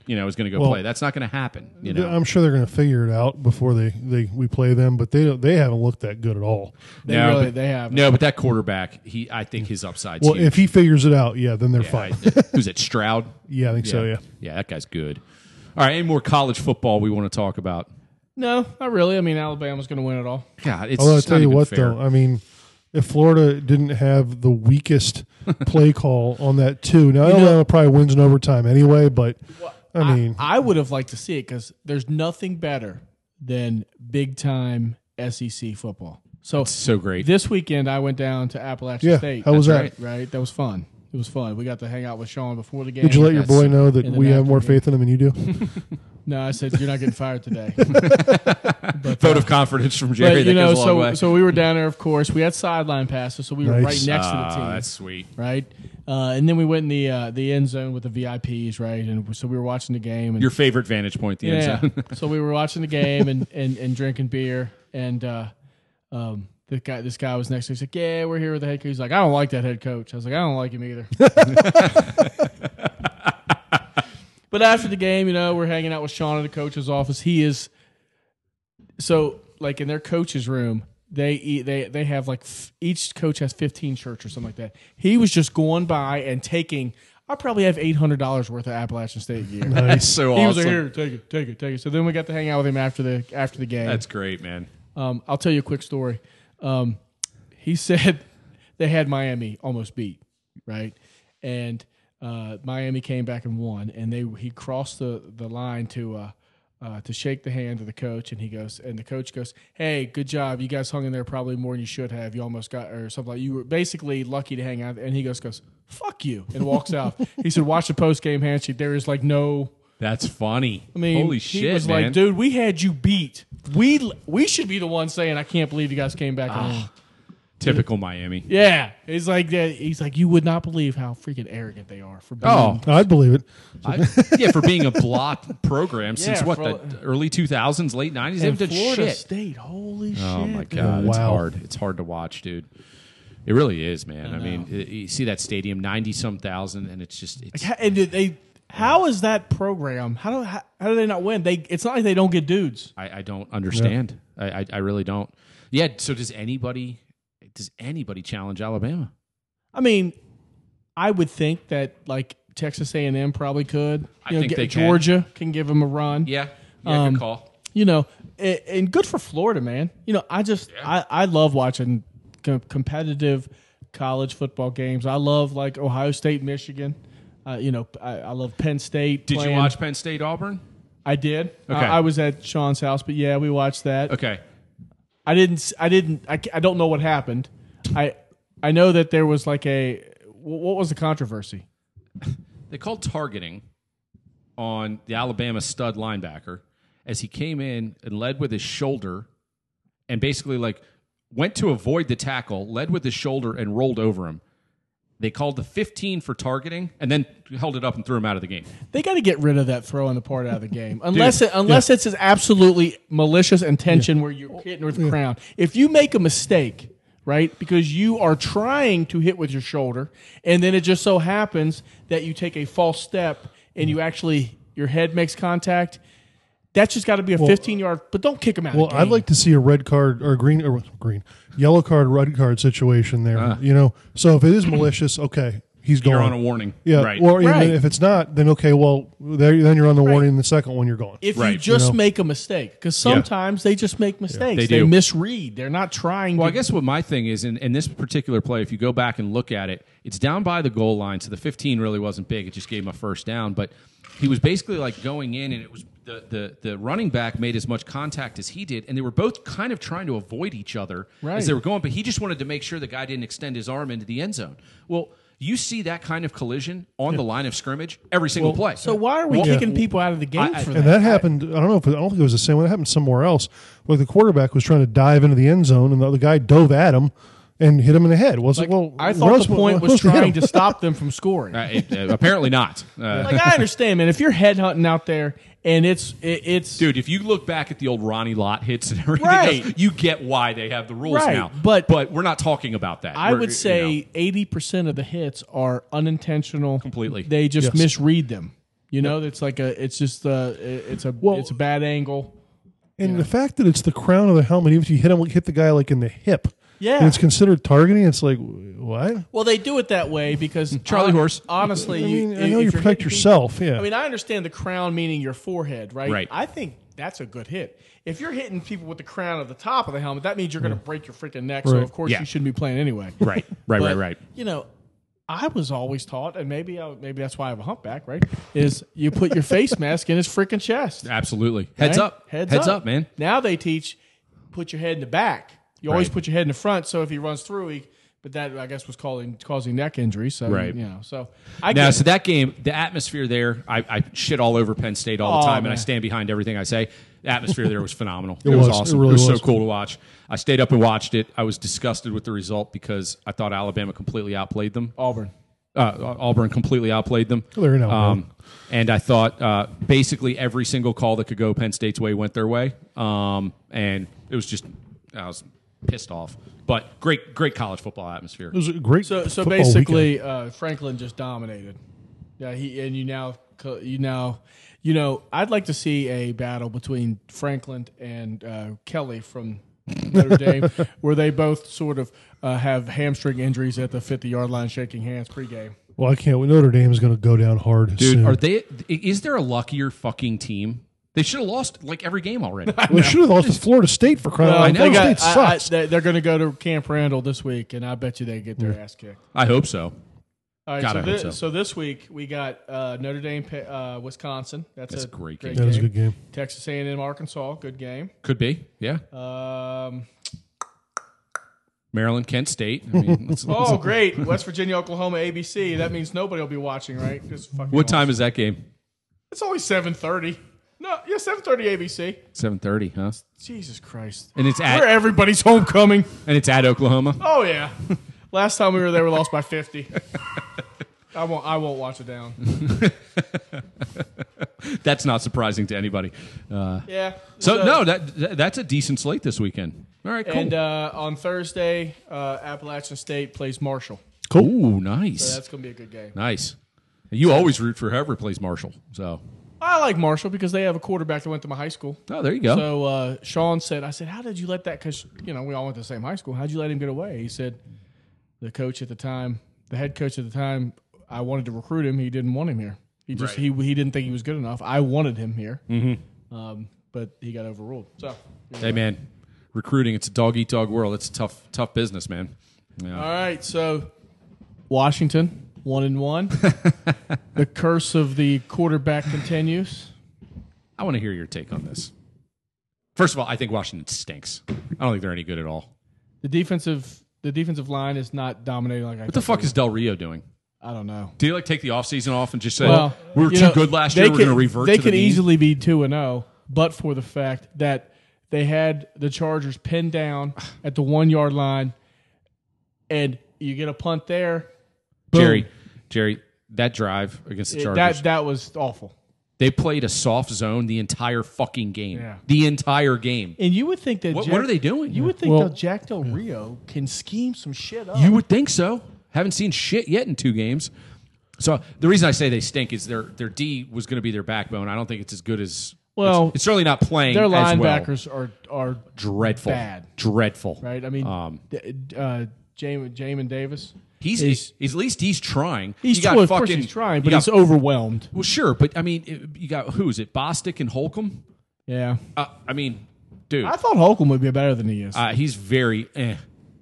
[SPEAKER 1] you know, is going to go
[SPEAKER 3] Well-
[SPEAKER 1] play. That's not going to happen. You
[SPEAKER 2] um,
[SPEAKER 1] know.
[SPEAKER 3] I'm sure they're going to figure it out before they, they we play them, but they don't, they haven't looked that good at all.
[SPEAKER 2] They really, they have.
[SPEAKER 1] no, but that quarterback, he, I think his upside's
[SPEAKER 3] Well,
[SPEAKER 1] huge.
[SPEAKER 3] if he figures it out, yeah, then they're
[SPEAKER 1] I-
[SPEAKER 2] *laughs*
[SPEAKER 3] fine.
[SPEAKER 1] who's it? Stroud.
[SPEAKER 3] Yeah, I think so. Yeah,
[SPEAKER 1] Yeah, that guy's good. All right, any more college football we want to talk about?
[SPEAKER 2] No, not really. I mean, Alabama's going to win it all.
[SPEAKER 1] God, it's
[SPEAKER 3] Although I
[SPEAKER 1] just
[SPEAKER 3] tell
[SPEAKER 1] not
[SPEAKER 3] you
[SPEAKER 1] even
[SPEAKER 3] what,
[SPEAKER 1] fair.
[SPEAKER 3] though, I mean, if Florida didn't have
[SPEAKER 1] *laughs*
[SPEAKER 3] the weakest play call on that too, now Alabama probably wins in overtime anyway. But I mean,
[SPEAKER 2] I would have liked to see it because there's nothing better than big time SEC E football. So
[SPEAKER 1] So great.
[SPEAKER 2] this weekend I went down to Appalachian
[SPEAKER 3] Yeah,
[SPEAKER 2] State.
[SPEAKER 3] how was
[SPEAKER 2] That's
[SPEAKER 3] that?
[SPEAKER 2] Right, right, that was fun. It was fun. We got to hang out with Sean before the game.
[SPEAKER 3] Did you let your
[SPEAKER 1] Yes.
[SPEAKER 3] boy know that
[SPEAKER 2] And then
[SPEAKER 3] we have more
[SPEAKER 2] after-
[SPEAKER 3] faith in him than
[SPEAKER 1] *laughs*
[SPEAKER 3] you do?
[SPEAKER 2] No, I said you're not getting fired
[SPEAKER 3] *laughs*
[SPEAKER 2] today.
[SPEAKER 1] Vote of confidence from
[SPEAKER 2] but
[SPEAKER 1] Jerry that
[SPEAKER 2] you know,
[SPEAKER 1] goes a long
[SPEAKER 2] so
[SPEAKER 1] way.
[SPEAKER 2] so we were down there. Of course, we had sideline passes, so we were
[SPEAKER 3] Nice.
[SPEAKER 2] right next to the
[SPEAKER 1] Ah,
[SPEAKER 2] team.
[SPEAKER 1] that's sweet.
[SPEAKER 2] right? Uh, and then we went in the uh, the end zone with the VIPs, right? And so we were watching the game. And,
[SPEAKER 1] Your favorite vantage point, the end
[SPEAKER 2] *laughs* yeah.
[SPEAKER 1] zone.
[SPEAKER 2] so we were watching the game and and, and drinking beer. And uh, um, the guy, this guy was next to me. He's like, "Yeah, we're here with the head coach." He's like, "I don't like that head coach." I was like, "I don't like him either." *laughs* but after the game, you know, we're hanging out with Sean in the coach's office. He is so like in their coach's room they eat, they they have like f- each coach has 15 shirts or something like that he was just going by and taking i probably have $800 worth of appalachian state gear
[SPEAKER 1] that's so
[SPEAKER 2] he was like
[SPEAKER 1] awesome.
[SPEAKER 2] here take it take it take it so then we got to hang out with him after the after the game
[SPEAKER 1] That's great, man.
[SPEAKER 2] um, i'll tell you a quick story um, he *laughs* said they had miami almost beat right and uh, miami came back and won and they he crossed the, the line to uh, uh, to shake the hand of the coach, and he goes, and the coach goes, "Hey, good job. You guys hung in there probably more than you should have. You almost got, or something like you were basically lucky to hang out." And he goes, "Goes, fuck you," and walks out. He said, "Watch the post game handshake. There is like no
[SPEAKER 1] That's funny.
[SPEAKER 2] I mean,
[SPEAKER 1] holy
[SPEAKER 2] he
[SPEAKER 1] shit,
[SPEAKER 2] was
[SPEAKER 1] man.
[SPEAKER 2] like, dude, we had you beat. We we should be the ones saying, I can't believe you guys came back.
[SPEAKER 1] Ah.
[SPEAKER 2] and won."
[SPEAKER 1] Typical Miami.
[SPEAKER 2] Yeah, he's like that. He's like, you would not believe how freaking arrogant they are for being.
[SPEAKER 1] Oh,
[SPEAKER 3] I'd believe it.
[SPEAKER 1] I, yeah, for being a block
[SPEAKER 2] *laughs*
[SPEAKER 1] program since
[SPEAKER 2] Yeah,
[SPEAKER 1] what
[SPEAKER 2] for-
[SPEAKER 1] the early 2000s, late 90s, they
[SPEAKER 2] and
[SPEAKER 1] haven't done
[SPEAKER 2] Florida
[SPEAKER 1] shit.
[SPEAKER 2] State, holy shit!
[SPEAKER 1] Oh my
[SPEAKER 2] dude.
[SPEAKER 1] god, it's
[SPEAKER 3] Wow.
[SPEAKER 1] hard. It's hard to watch, dude. It really is, man. I, mean, i- you see that stadium, ninety some thousand, and it's just it's,
[SPEAKER 2] How- And did they? How is that program? How do how, how do they not win? They it's not like they don't get dudes.
[SPEAKER 1] I, I don't understand. I, I I really don't. Yeah. So does anybody? Does anybody challenge Alabama?
[SPEAKER 2] I mean, I would think that like Texas A and M probably could.
[SPEAKER 1] I think they can.
[SPEAKER 2] Georgia can. give them a run.
[SPEAKER 1] Yeah.
[SPEAKER 2] Yeah, good Um,
[SPEAKER 1] call.
[SPEAKER 2] you know, and, and good for Florida, man. You know, I just I, I love watching co- competitive college football games. I love like Ohio State, Michigan. Uh, you know, I, I love Penn State.
[SPEAKER 1] Did you
[SPEAKER 2] playing.
[SPEAKER 1] watch Penn State Auburn?
[SPEAKER 2] I did. Okay.
[SPEAKER 1] Okay.
[SPEAKER 2] I, was at Sean's house, but yeah, we watched that.
[SPEAKER 1] Okay.
[SPEAKER 2] I didn't. s- I didn't. I, ca- I don't know what happened. I I know that there was like a wh- what was the controversy?
[SPEAKER 1] They called targeting on the Alabama stud linebacker as he came in and led with his shoulder and basically like went to avoid the tackle, led with his shoulder and rolled over him. They called the 15 for targeting and then held it up and threw him out of the game.
[SPEAKER 2] They got to get rid of that throwing the part out of
[SPEAKER 1] *laughs*
[SPEAKER 2] the game, unless it, unless it's it's absolutely malicious intention where
[SPEAKER 1] Oh,
[SPEAKER 2] you're hitting with the crown. If you make a mistake, right, because you are trying to hit with your shoulder, and then it just so happens that you take a false step and you actually your head makes contact. That's just got to be a 15 yard. But don't kick him out.
[SPEAKER 3] Well,
[SPEAKER 2] of the
[SPEAKER 3] I'd
[SPEAKER 2] game.
[SPEAKER 3] like to see a red card or green or green, yellow card, red card situation there. You know, so if it is malicious, okay, he's
[SPEAKER 1] Ah. You're
[SPEAKER 3] gone.
[SPEAKER 1] on a warning.
[SPEAKER 3] yeah,
[SPEAKER 1] Right.
[SPEAKER 3] or even
[SPEAKER 2] Right.
[SPEAKER 3] if it's not, then okay, well, there, then you're on the warning. and The second one, you're gone.
[SPEAKER 2] if
[SPEAKER 1] Right,
[SPEAKER 2] you
[SPEAKER 1] you
[SPEAKER 2] just
[SPEAKER 3] know.
[SPEAKER 2] make a mistake, because sometimes they just make mistakes.
[SPEAKER 1] They
[SPEAKER 2] they,
[SPEAKER 1] do.
[SPEAKER 2] misread. They're not trying.
[SPEAKER 1] Well, I
[SPEAKER 2] to,
[SPEAKER 1] guess what my thing is in, in this particular play, if you go back and look at it, it's down by the goal line. So the 15 really wasn't big. It just gave him a first down. But he was basically like going in, and it was the, the, the running back made as much contact as he did. And they were both kind of trying to avoid each other
[SPEAKER 2] Right.
[SPEAKER 1] as they were going. But he just wanted to make sure the guy didn't extend his arm into the end zone. Well, you see that kind of collision on the line of scrimmage every single play.
[SPEAKER 2] so why are we
[SPEAKER 1] Well,
[SPEAKER 2] kicking people out of the game
[SPEAKER 1] I- I-
[SPEAKER 2] for
[SPEAKER 3] And
[SPEAKER 2] that?
[SPEAKER 3] that happened. I don't know if I don't think it was the same one. That happened somewhere else. Where the quarterback was trying to dive into the end zone, and the other guy dove at him and hit him in the head. Was it? Well,
[SPEAKER 2] I
[SPEAKER 3] we're
[SPEAKER 2] thought
[SPEAKER 3] not
[SPEAKER 2] the
[SPEAKER 3] supposed-
[SPEAKER 2] point
[SPEAKER 3] we're
[SPEAKER 2] was
[SPEAKER 3] supposed hit
[SPEAKER 2] trying
[SPEAKER 3] him.
[SPEAKER 2] to stop them
[SPEAKER 1] *laughs*
[SPEAKER 2] from
[SPEAKER 1] *laughs*
[SPEAKER 2] scoring.
[SPEAKER 1] Uh, it- uh, apparently not. Uh,
[SPEAKER 2] Like I understand, man. If you're headhunting out there and it's it, it's
[SPEAKER 1] dude, if you look back at the old Ronnie Lott hits and everything,
[SPEAKER 2] Right.
[SPEAKER 1] else, you get why they have the rules
[SPEAKER 2] Right,
[SPEAKER 1] now.
[SPEAKER 2] but-
[SPEAKER 1] but we're not talking about that.
[SPEAKER 2] I
[SPEAKER 1] We're-
[SPEAKER 2] would
[SPEAKER 1] you know,
[SPEAKER 2] say eighty percent of the hits are unintentional.
[SPEAKER 1] Completely.
[SPEAKER 2] they just
[SPEAKER 3] Yes.
[SPEAKER 2] misread them. You know, it's like a it's just a it's a it's a bad angle.
[SPEAKER 3] And the fact that it's the crown of the helmet, even if you hit him, hit the guy like in the hip,
[SPEAKER 2] Yeah.
[SPEAKER 3] and it's considered targeting. It's like what?
[SPEAKER 2] Well, they do it that way because
[SPEAKER 1] *laughs* Charlie
[SPEAKER 2] hon-
[SPEAKER 1] horse.
[SPEAKER 2] Honestly,
[SPEAKER 3] I mean,
[SPEAKER 2] you,
[SPEAKER 3] I know
[SPEAKER 2] if
[SPEAKER 3] you
[SPEAKER 2] you're
[SPEAKER 3] protect
[SPEAKER 2] hitting people-
[SPEAKER 3] yourself. Yeah,
[SPEAKER 2] I mean, I understand the crown meaning your forehead, right?
[SPEAKER 1] Right.
[SPEAKER 2] I think that's a good hit. If you're hitting people with the crown of the top of the helmet, that means you're going to break your freaking neck. So
[SPEAKER 3] Right.
[SPEAKER 2] of course
[SPEAKER 1] Yeah.
[SPEAKER 2] you shouldn't be playing anyway.
[SPEAKER 1] *laughs* right, right, right,
[SPEAKER 2] But,
[SPEAKER 1] right.
[SPEAKER 2] You know, I was always taught, and maybe I, maybe that's why I have a humpback, right? Is you put your face mask in his freaking chest.
[SPEAKER 1] Absolutely. Heads
[SPEAKER 2] right?
[SPEAKER 1] up. Heads, up. man.
[SPEAKER 2] Now they teach put your head in the back. You always
[SPEAKER 1] Right.
[SPEAKER 2] put your head in the front, so if he runs through, he. But that I guess was causing causing neck injury. So
[SPEAKER 1] Right.
[SPEAKER 2] you know, so I
[SPEAKER 1] Now,
[SPEAKER 2] get-
[SPEAKER 1] so that game, the atmosphere there, I, I shit all over Penn State all the
[SPEAKER 2] Aw,
[SPEAKER 1] time, and I
[SPEAKER 2] man.
[SPEAKER 1] stand behind everything I say. The atmosphere there was
[SPEAKER 2] *laughs*
[SPEAKER 1] phenomenal. It,
[SPEAKER 3] was.
[SPEAKER 1] was,
[SPEAKER 3] It
[SPEAKER 1] awesome. It,
[SPEAKER 3] really
[SPEAKER 1] was,
[SPEAKER 3] was.
[SPEAKER 1] so cool to watch. I stayed up and watched it. I was disgusted with the result because I thought Alabama completely outplayed them.
[SPEAKER 2] Auburn.
[SPEAKER 1] Uh, Auburn completely outplayed them. Um,
[SPEAKER 3] They're in Alabama.
[SPEAKER 1] and I thought uh, basically every single call that could go Penn State's way went their way. Um, and it was just, I was pissed off. But great, great college football atmosphere.
[SPEAKER 3] It was a great.
[SPEAKER 2] So so
[SPEAKER 3] football weekend.
[SPEAKER 2] basically, uh, Franklin just dominated. Yeah, he and you now co- you now you know I'd like to see a battle between Franklin and uh, Kelly from
[SPEAKER 1] *laughs*
[SPEAKER 2] Notre Dame, where they both sort of uh, have hamstring injuries at the fifty yard line, shaking hands pregame.
[SPEAKER 3] well, I can't. wait. Notre Dame is going to go down hard.
[SPEAKER 1] Dude,
[SPEAKER 3] soon.
[SPEAKER 1] are they? Is there a luckier fucking team? They should have lost like every game already.
[SPEAKER 2] *laughs*
[SPEAKER 3] we should have lost to Florida State for crying out
[SPEAKER 1] Oh, I
[SPEAKER 3] loud.
[SPEAKER 1] know.
[SPEAKER 2] They
[SPEAKER 3] Florida
[SPEAKER 2] got-
[SPEAKER 3] State
[SPEAKER 2] I- I-
[SPEAKER 3] sucks.
[SPEAKER 2] they- they're going to go to Camp Randall this week, and I bet you they get their ass kicked.
[SPEAKER 1] I hope so.
[SPEAKER 2] All right,
[SPEAKER 1] God,
[SPEAKER 2] so,
[SPEAKER 1] I hope
[SPEAKER 2] thi-
[SPEAKER 1] so.
[SPEAKER 2] this week we got uh, Notre Dame, pa- uh, Wisconsin. That's,
[SPEAKER 1] That's
[SPEAKER 2] a
[SPEAKER 1] a great
[SPEAKER 2] great
[SPEAKER 1] game.
[SPEAKER 3] that is a good game.
[SPEAKER 2] Texas A&M, Arkansas. Good game.
[SPEAKER 1] Could be. Yeah. *laughs*
[SPEAKER 2] Um,
[SPEAKER 1] Maryland, Kent State. I mean, let's- *laughs*
[SPEAKER 2] oh, great! West Virginia, Oklahoma, ABC. That means nobody will be watching, right? Just fucking
[SPEAKER 1] what
[SPEAKER 2] awesome.
[SPEAKER 1] time is that game?
[SPEAKER 2] It's only seven thirty. No, yeah, seven thirty ABC.
[SPEAKER 1] Seven thirty, huh?
[SPEAKER 2] Jesus Christ!
[SPEAKER 1] And it's
[SPEAKER 2] We're
[SPEAKER 1] at
[SPEAKER 2] everybody's homecoming.
[SPEAKER 1] and it's at Oklahoma.
[SPEAKER 2] Oh yeah. Last time we were there, we lost
[SPEAKER 1] *laughs*
[SPEAKER 2] by fifty. I won't. I won't watch it down.
[SPEAKER 1] That's not surprising to anybody. Uh,
[SPEAKER 2] Yeah.
[SPEAKER 1] so no, that that- that's a decent slate this weekend. All right, cool.
[SPEAKER 2] And uh, on Thursday, uh, Appalachian State plays Marshall.
[SPEAKER 1] Ooh,
[SPEAKER 2] So
[SPEAKER 1] nice,
[SPEAKER 2] that's gonna be a good game.
[SPEAKER 1] nice. You always root for whoever plays Marshall. So
[SPEAKER 2] I like Marshall because they have a quarterback that went to my high school.
[SPEAKER 1] oh, there you go.
[SPEAKER 2] So uh, Sean said, I said, how did you let that? Because you know we all went to the same high school. How'd you let him get away? He said, the coach at the time, the head coach at the time, I wanted to recruit him. He didn't want him here. He just
[SPEAKER 1] Right. Mm-hmm.
[SPEAKER 2] he he didn't think he was good enough. I wanted him here, um, but he got overruled. So
[SPEAKER 1] hey man, recruiting it's a dog eat dog world. It's a tough tough business, man. Yeah.
[SPEAKER 2] all right, so Washington one
[SPEAKER 1] *laughs*
[SPEAKER 2] and one. the curse of the quarterback continues.
[SPEAKER 1] I want to hear your take on this. First of all, I think Washington stinks. I don't think they're any good at all.
[SPEAKER 2] The defensive the defensive line is not dominating like I.
[SPEAKER 1] What the fuck is Del Rio doing?
[SPEAKER 2] I don't know.
[SPEAKER 1] Do you like take the offseason off and just say
[SPEAKER 2] Well,
[SPEAKER 1] we were
[SPEAKER 2] you
[SPEAKER 1] too
[SPEAKER 2] know,
[SPEAKER 1] good last
[SPEAKER 2] they
[SPEAKER 1] year? We're
[SPEAKER 2] could-
[SPEAKER 1] going to revert.
[SPEAKER 2] They
[SPEAKER 1] to
[SPEAKER 2] could
[SPEAKER 1] the mean?
[SPEAKER 2] easily be two and zero, but for the fact that they had the Chargers
[SPEAKER 1] *sighs*
[SPEAKER 2] pinned down at the one yard line, and you get a punt there. boom.
[SPEAKER 1] Jerry, Jerry, that drive against the
[SPEAKER 2] It-
[SPEAKER 1] Chargers.
[SPEAKER 2] that that was awful.
[SPEAKER 1] they played a soft zone the entire fucking game.
[SPEAKER 2] Yeah.
[SPEAKER 1] The entire game.
[SPEAKER 2] And you would think that
[SPEAKER 1] What-
[SPEAKER 2] Jack-
[SPEAKER 1] what are they doing?
[SPEAKER 2] You would think
[SPEAKER 3] Well-
[SPEAKER 2] that Jack Del Rio can scheme some shit up.
[SPEAKER 1] You would think so. Haven't seen shit yet in two games. So the reason I say they stink is their their D was going to be their backbone. I don't think it's as good as
[SPEAKER 2] Well,
[SPEAKER 1] it's, it's certainly not playing.
[SPEAKER 2] Their
[SPEAKER 1] as well.
[SPEAKER 2] linebackers are are
[SPEAKER 1] dreadful,
[SPEAKER 2] bad.
[SPEAKER 1] dreadful.
[SPEAKER 2] right. I mean,
[SPEAKER 1] Um,
[SPEAKER 2] d- uh, Jamin Jamin Davis.
[SPEAKER 1] He's,
[SPEAKER 2] He's-
[SPEAKER 1] he's, at least he's trying.
[SPEAKER 2] He's
[SPEAKER 1] You got
[SPEAKER 2] trying, of course
[SPEAKER 1] fucking-
[SPEAKER 2] he's trying,
[SPEAKER 1] you
[SPEAKER 2] but
[SPEAKER 1] got-
[SPEAKER 2] he's overwhelmed.
[SPEAKER 1] well, sure. But I mean, it- you got who is it? Bostic and Holcomb.
[SPEAKER 2] Yeah,
[SPEAKER 1] Uh, I mean, dude,
[SPEAKER 2] I thought Holcomb would be better than he is.
[SPEAKER 1] uh, he's very. Eh.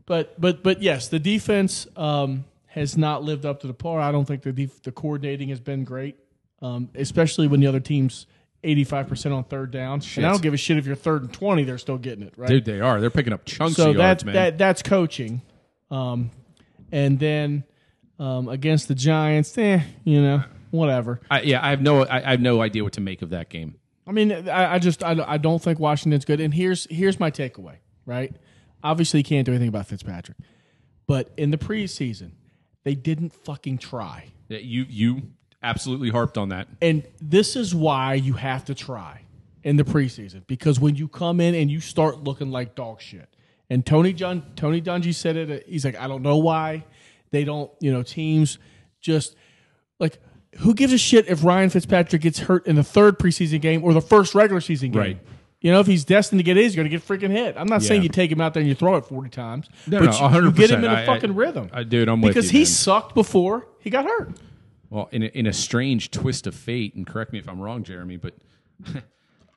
[SPEAKER 2] But but but yes, the defense um, has not lived up to the par. I don't think the def- the coordinating has been great, um, especially when the other team's eighty five percent on third down. And I don't give a shit if you're third and twenty; they're still getting it right.
[SPEAKER 1] Dude, they are. They're picking up chunks
[SPEAKER 2] so
[SPEAKER 1] of
[SPEAKER 2] that
[SPEAKER 1] yards, man.
[SPEAKER 2] that that's coaching, um, and then um, against the Giants, eh, you know, whatever.
[SPEAKER 1] I, yeah, I have no. I, I have no idea what to make of that game.
[SPEAKER 2] I mean, I, I just I, I don't think Washington's good. And here's here's my takeaway. Right, obviously you can't do anything about Fitzpatrick, but in the preseason, they didn't fucking try.
[SPEAKER 1] That You you absolutely harped on that.
[SPEAKER 2] And this is why you have to try in the preseason because when you come in and you start looking like dog shit, and Tony John Tony Dungy said it. He's like, I don't know why they don't. You know, teams just like who gives a shit if Ryan Fitzpatrick gets hurt in the third preseason game or the first regular season game.
[SPEAKER 1] Right.
[SPEAKER 2] You know, if he's destined to get hit, he's going to get freaking hit. I'm not saying
[SPEAKER 1] Yeah.
[SPEAKER 2] you take him out there and you throw it 40 times,
[SPEAKER 1] No,
[SPEAKER 2] but
[SPEAKER 1] no,
[SPEAKER 2] you- you,
[SPEAKER 1] 100%.
[SPEAKER 2] get him in a
[SPEAKER 1] I- I-
[SPEAKER 2] fucking rhythm.
[SPEAKER 1] I- dude, I'm with
[SPEAKER 2] because
[SPEAKER 1] you,
[SPEAKER 2] he
[SPEAKER 1] man.
[SPEAKER 2] sucked before he got hurt.
[SPEAKER 1] Well, in a, in a strange twist of fate, and correct me if I'm wrong, Jeremy, but *laughs*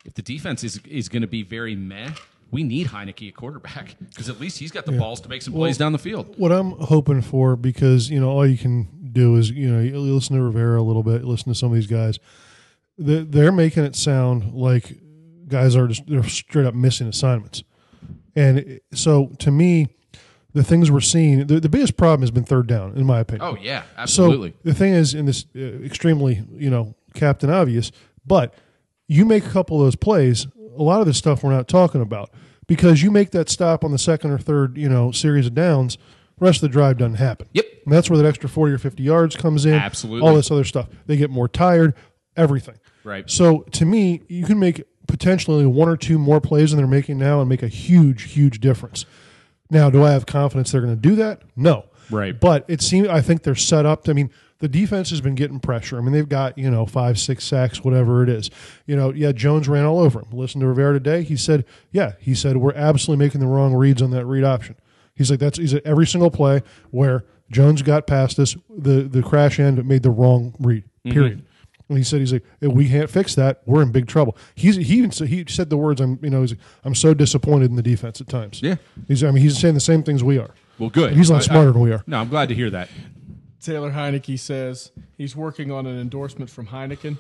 [SPEAKER 1] if the defense is is going to be very meh, we need Heineke at quarterback because at least he's got the balls to make some plays down the field.
[SPEAKER 3] what I'm hoping for because you know all you can do is you know you listen to Rivera a little bit, listen to some of these guys. They're, they're making it sound like guys are just they're straight up missing assignments. And it- so to me, the things we're seeing, the, the biggest problem has been third down, in my opinion.
[SPEAKER 1] Oh yeah,
[SPEAKER 3] So
[SPEAKER 1] absolutely.
[SPEAKER 3] the thing is, in this uh, extremely, you know, captain obvious, but you make a couple of those plays. A lot of this stuff we're not talking about because you make that stop on the second or third, you know, series of downs. Rest of the drive doesn't happen.
[SPEAKER 1] Yep.
[SPEAKER 3] and that's where that extra forty or fifty yards comes in.
[SPEAKER 1] Absolutely.
[SPEAKER 3] all this other stuff. They get more tired. Everything.
[SPEAKER 1] Right.
[SPEAKER 3] So to me, you can make potentially one or two more plays than they're making now and make a huge, huge difference. Now, do I have confidence they're going to do that? No.
[SPEAKER 1] Right.
[SPEAKER 3] But it seems I think they're set up. I mean, the defense has been getting pressure. I mean, they've got you know five, six sacks, whatever it is. You know, yeah, Jones ran all over him. Listen to Rivera today. He said, yeah, he said we're absolutely making the wrong reads on that read option. He's like that's he's at every single play where Jones got past us. The the crash end made the wrong read.
[SPEAKER 1] Mm-hmm.
[SPEAKER 3] Period. And he said, he's like, if we can't fix that, we're in big trouble. He's, he even said, he said the words, I'm, you know, he's like, I'm so disappointed in the defense at times.
[SPEAKER 1] Yeah.
[SPEAKER 3] He's, I mean, he's saying the same things we are.
[SPEAKER 1] Well, good.
[SPEAKER 3] And he's a lot
[SPEAKER 1] I-
[SPEAKER 3] smarter
[SPEAKER 1] I-
[SPEAKER 3] than we are.
[SPEAKER 1] No, I'm glad to hear that.
[SPEAKER 2] Taylor Heineke says he's working on an endorsement from Heineken,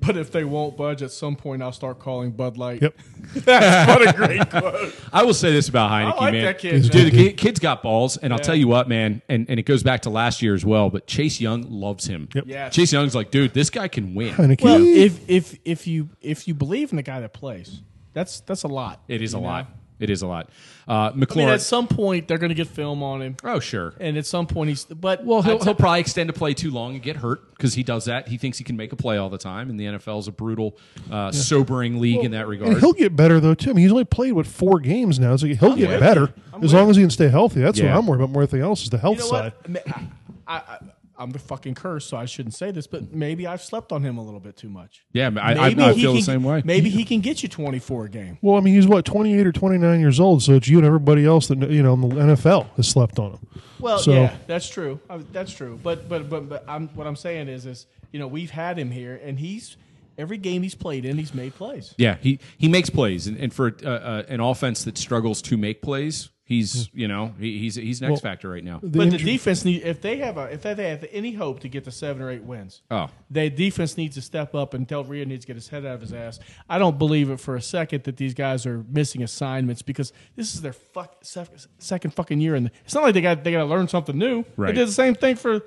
[SPEAKER 2] but if they won't budge, at some point I'll start calling Bud Light. *laughs*
[SPEAKER 3] Yep.
[SPEAKER 2] what a
[SPEAKER 1] *laughs*
[SPEAKER 2] great quote.
[SPEAKER 1] I will say this about Heineke,
[SPEAKER 2] I like
[SPEAKER 1] man.
[SPEAKER 2] that kid,
[SPEAKER 3] He's
[SPEAKER 2] man.
[SPEAKER 3] good.
[SPEAKER 1] Dude, the kid, kid's got balls, and I'll tell you what, man, and, and it goes back to last year as well. But Chase Young loves him.
[SPEAKER 2] Yes.
[SPEAKER 1] Chase Young's like, dude, this guy can win.
[SPEAKER 3] Heineke.
[SPEAKER 2] Well, if if if you if you believe in the guy that plays, that's that's a lot.
[SPEAKER 1] It is a
[SPEAKER 2] you know?
[SPEAKER 1] lot. It is a lot. Uh,
[SPEAKER 2] I mean,
[SPEAKER 1] McLaurin.
[SPEAKER 2] at some point they're going to get film on him,
[SPEAKER 1] oh sure.
[SPEAKER 2] and at some point he's. But
[SPEAKER 1] Well,
[SPEAKER 2] I
[SPEAKER 1] he'll,
[SPEAKER 2] t-
[SPEAKER 1] he'll probably extend a play too long and get hurt because he does that. He thinks he can make a play all the time, and the NFL is a brutal, uh, sobering league in that regard.
[SPEAKER 3] and he'll get better though too. I mean, he's only played with four games now, so he'll get
[SPEAKER 1] with
[SPEAKER 3] better as long as he can stay healthy. That's
[SPEAKER 1] Yeah.
[SPEAKER 3] what I'm worried about more than anything else is the health
[SPEAKER 2] you know
[SPEAKER 3] side.
[SPEAKER 2] what? I, mean, I, I, I'm the fucking curse, so I shouldn't say this, but maybe I've slept on him a little bit too much.
[SPEAKER 1] Yeah, I- I- I
[SPEAKER 2] he
[SPEAKER 1] feel the
[SPEAKER 2] can-
[SPEAKER 1] same way.
[SPEAKER 2] Maybe he can get you 24 a game.
[SPEAKER 3] Well, I mean, he's what 28 or 29 years old, so it's you and everybody else that you know in the NFL has slept on him.
[SPEAKER 2] Well,
[SPEAKER 3] So-
[SPEAKER 2] yeah, that's true. I, that's true. But but but but I'm what I'm saying is is you know we've had him here, and he's every game he's played in, he's made plays.
[SPEAKER 1] Yeah, he he makes plays, and, and for uh, uh, an offense that struggles to make plays, he's you know he, he's he's an X factor right now.
[SPEAKER 3] The
[SPEAKER 2] But Hmm. the
[SPEAKER 3] injury-
[SPEAKER 2] defense need if they have a if they have any hope to get to seven or eight wins.
[SPEAKER 1] Oh.
[SPEAKER 2] The defense needs to step up, and Del Rio needs to get his head out of his ass. I don't believe it for a second that these guys are missing assignments because this is their fuck sec, second fucking year, and it's not like they got they got to learn something new.
[SPEAKER 1] Right.
[SPEAKER 2] They did the same thing for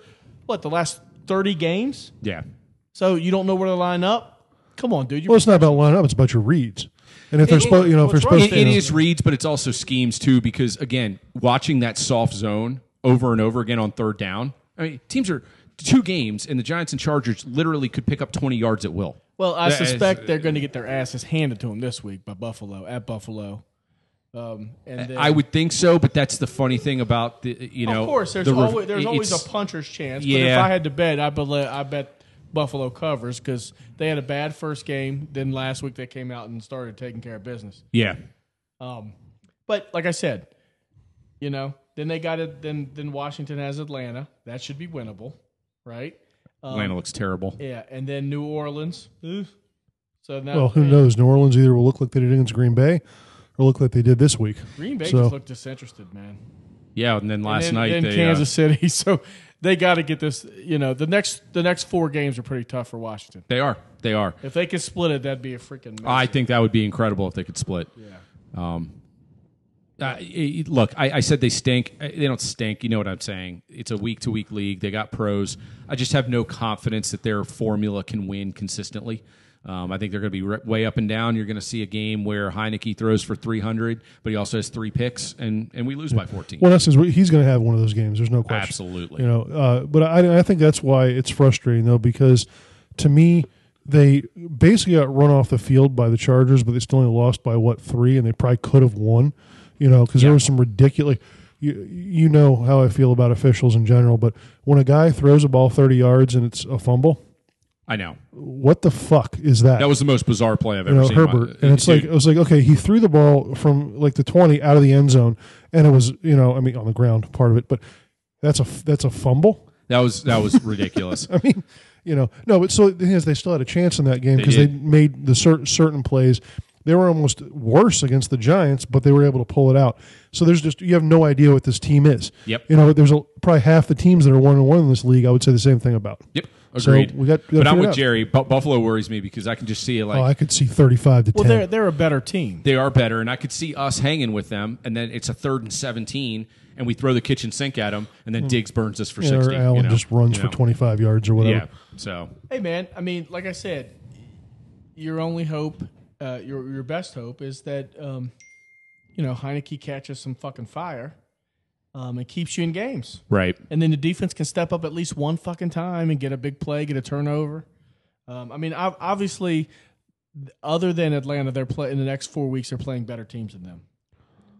[SPEAKER 2] what the last thirty games,
[SPEAKER 1] yeah,
[SPEAKER 2] so you don't know where to line up. Come on, dude. You
[SPEAKER 3] well, it's not about lining up; it's about your reads. And if they're
[SPEAKER 2] It-
[SPEAKER 3] supposed, you know, if they're
[SPEAKER 2] what's wrong
[SPEAKER 3] supposed
[SPEAKER 1] it,
[SPEAKER 3] to,
[SPEAKER 1] it is reads, but it's also schemes too. Because again, watching that soft zone over and over again on third down, I mean, teams are two games, and the Giants and Chargers literally could pick up twenty yards at will.
[SPEAKER 2] Well, I
[SPEAKER 1] That is- uh,
[SPEAKER 2] suspect they're going to get their asses handed to them this week by Buffalo at Buffalo. Um, and then,
[SPEAKER 1] Uh, I would think so, but that's the funny thing about the you know.
[SPEAKER 2] of course, there's
[SPEAKER 1] the rev-
[SPEAKER 2] always there's
[SPEAKER 1] it-
[SPEAKER 2] always
[SPEAKER 1] it's-
[SPEAKER 2] a puncher's chance. But if
[SPEAKER 1] Yeah.
[SPEAKER 2] I had to bet, I bet I bet Buffalo covers because they had a bad first game. Then last week they came out and started taking care of business.
[SPEAKER 1] Yeah,
[SPEAKER 2] Um, but like I said, you know, then they got it. Then then Washington has Atlanta. That should be winnable, right? Um,
[SPEAKER 1] Atlanta looks terrible.
[SPEAKER 2] Yeah, and then New Orleans. Ooh. So now
[SPEAKER 3] well, who knows? New Orleans either will look like they did against Green Bay, or look like they did this week.
[SPEAKER 2] Green Bay
[SPEAKER 3] So-
[SPEAKER 2] just looked disinterested, man.
[SPEAKER 1] Yeah, and then last
[SPEAKER 2] And
[SPEAKER 1] night
[SPEAKER 2] in
[SPEAKER 1] they, uh,
[SPEAKER 2] Kansas City. *laughs* So they got to get this. You know, the next the next four games are pretty tough for Washington.
[SPEAKER 1] they are they are.
[SPEAKER 2] If they could split it, that'd be a freaking.
[SPEAKER 1] I
[SPEAKER 2] Mess.
[SPEAKER 1] think that would be incredible if they could split.
[SPEAKER 2] Yeah.
[SPEAKER 1] Uh, it- look, I, I said they stink. Uh, They don't stink. You know what I'm saying? It's a week to week league. They got pros. I just have no confidence that their formula can win consistently. Um, I think they're going to be re- way up and down. You're going to see a game where Heineke throws for 300, but he also has three picks, and, and we lose by 14.
[SPEAKER 3] Well, that's his, he's going to have one of those games. There's no question.
[SPEAKER 1] Absolutely.
[SPEAKER 3] You know, uh, but I, I think that's why it's frustrating though, because to me, they basically got run off the field by the Chargers, but they still only lost by what three, and they probably could have won. You know, because there was some ridiculous. You, you know how I feel about officials in general, but when a guy throws a ball 30 yards and it's a fumble,
[SPEAKER 1] I know
[SPEAKER 3] what the fuck is that?
[SPEAKER 1] that was the most bizarre play I've ever
[SPEAKER 3] you know,
[SPEAKER 1] seen. in my-
[SPEAKER 3] Herbert. and it's like
[SPEAKER 1] Dude,
[SPEAKER 3] it was like okay, he threw the ball from like the twenty out of the end zone, and it was you know I mean on the ground part of it, but that's a that's a fumble.
[SPEAKER 1] that was that was ridiculous.
[SPEAKER 3] *laughs* I mean, you know, no, but so the thing is, they still had a chance in that game because they,
[SPEAKER 1] did.
[SPEAKER 3] made the cer- certain plays. They were almost worse against the Giants, but they were able to pull it out. So there's just you have no idea what this team is.
[SPEAKER 1] Yep.
[SPEAKER 3] You know, there's a, probably half the teams that are one and one in this league. I would say the same thing about.
[SPEAKER 1] Yep. Agreed.
[SPEAKER 3] So we got, we got
[SPEAKER 1] but I'm
[SPEAKER 3] figured
[SPEAKER 1] with
[SPEAKER 3] out.
[SPEAKER 1] Jerry. Bu- Buffalo worries me because I can just see it like
[SPEAKER 3] oh, I could see 35 to
[SPEAKER 2] Well,
[SPEAKER 3] 10.
[SPEAKER 2] they're they're a better team.
[SPEAKER 1] they are better, and I could see us hanging with them, and then it's a third and 17, and we throw the kitchen sink at them, and then Diggs burns us for
[SPEAKER 3] Hmm. Yeah,
[SPEAKER 1] 60.
[SPEAKER 3] or Allen
[SPEAKER 1] you know,
[SPEAKER 3] just runs
[SPEAKER 1] you
[SPEAKER 3] for
[SPEAKER 1] know.
[SPEAKER 3] 25 yards or whatever.
[SPEAKER 1] Yeah. So
[SPEAKER 2] Hey man, I mean, like I said, your only hope, uh, your your best hope is that um, you know Heineke catches some fucking fire, um, and keeps you in games,
[SPEAKER 1] right.
[SPEAKER 2] and then the defense can step up at least one fucking time and get a big play, get a turnover. Um, I mean, ob- obviously, th- other than Atlanta, they're play in the next four weeks. They're playing better teams than them.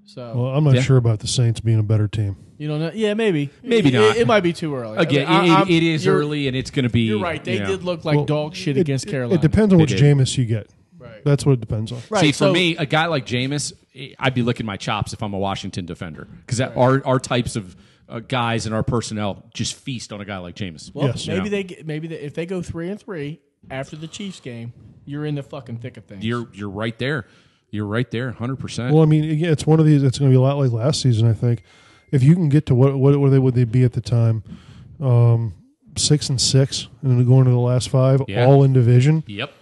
[SPEAKER 2] So
[SPEAKER 3] Well, I'm not
[SPEAKER 1] Yeah.
[SPEAKER 3] sure about the Saints being a better team.
[SPEAKER 2] you don't know. Yeah, maybe,
[SPEAKER 1] Maybe
[SPEAKER 2] It-
[SPEAKER 1] not.
[SPEAKER 2] It, might be too early. I
[SPEAKER 1] Again,
[SPEAKER 2] mean, I- I'm-
[SPEAKER 1] it, it is
[SPEAKER 2] you're-
[SPEAKER 1] early, and it's going to be.
[SPEAKER 2] You're right. They
[SPEAKER 1] you know.
[SPEAKER 2] did look like
[SPEAKER 3] Well,
[SPEAKER 2] dog shit
[SPEAKER 3] It-
[SPEAKER 2] against
[SPEAKER 3] it-
[SPEAKER 2] Carolina.
[SPEAKER 3] It depends on
[SPEAKER 1] They
[SPEAKER 3] which
[SPEAKER 1] did.
[SPEAKER 3] Jameis you get.
[SPEAKER 2] Right.
[SPEAKER 3] That's what it depends on.
[SPEAKER 2] Right.
[SPEAKER 1] See, for
[SPEAKER 2] so-
[SPEAKER 1] me, a guy like Jameis, eh, I'd be licking my chops if I'm a Washington defender because our our types of uh, guys and our personnel just feast on a guy like Jameis.
[SPEAKER 2] Well,
[SPEAKER 3] Yes.
[SPEAKER 2] maybe
[SPEAKER 1] Yeah.
[SPEAKER 2] they get, maybe they, if they go three and three after the Chiefs game, you're in the fucking thick of things.
[SPEAKER 1] you're you're right there. You're right there, hundred percent.
[SPEAKER 3] *laughs* Well, I mean, yeah, it's one of these. It's going to be a lot like last season, I think. If you can get to what what would they would they be at the time, um, six and six, and then going to the last five,
[SPEAKER 1] Yeah.
[SPEAKER 3] all in division.
[SPEAKER 1] Yep.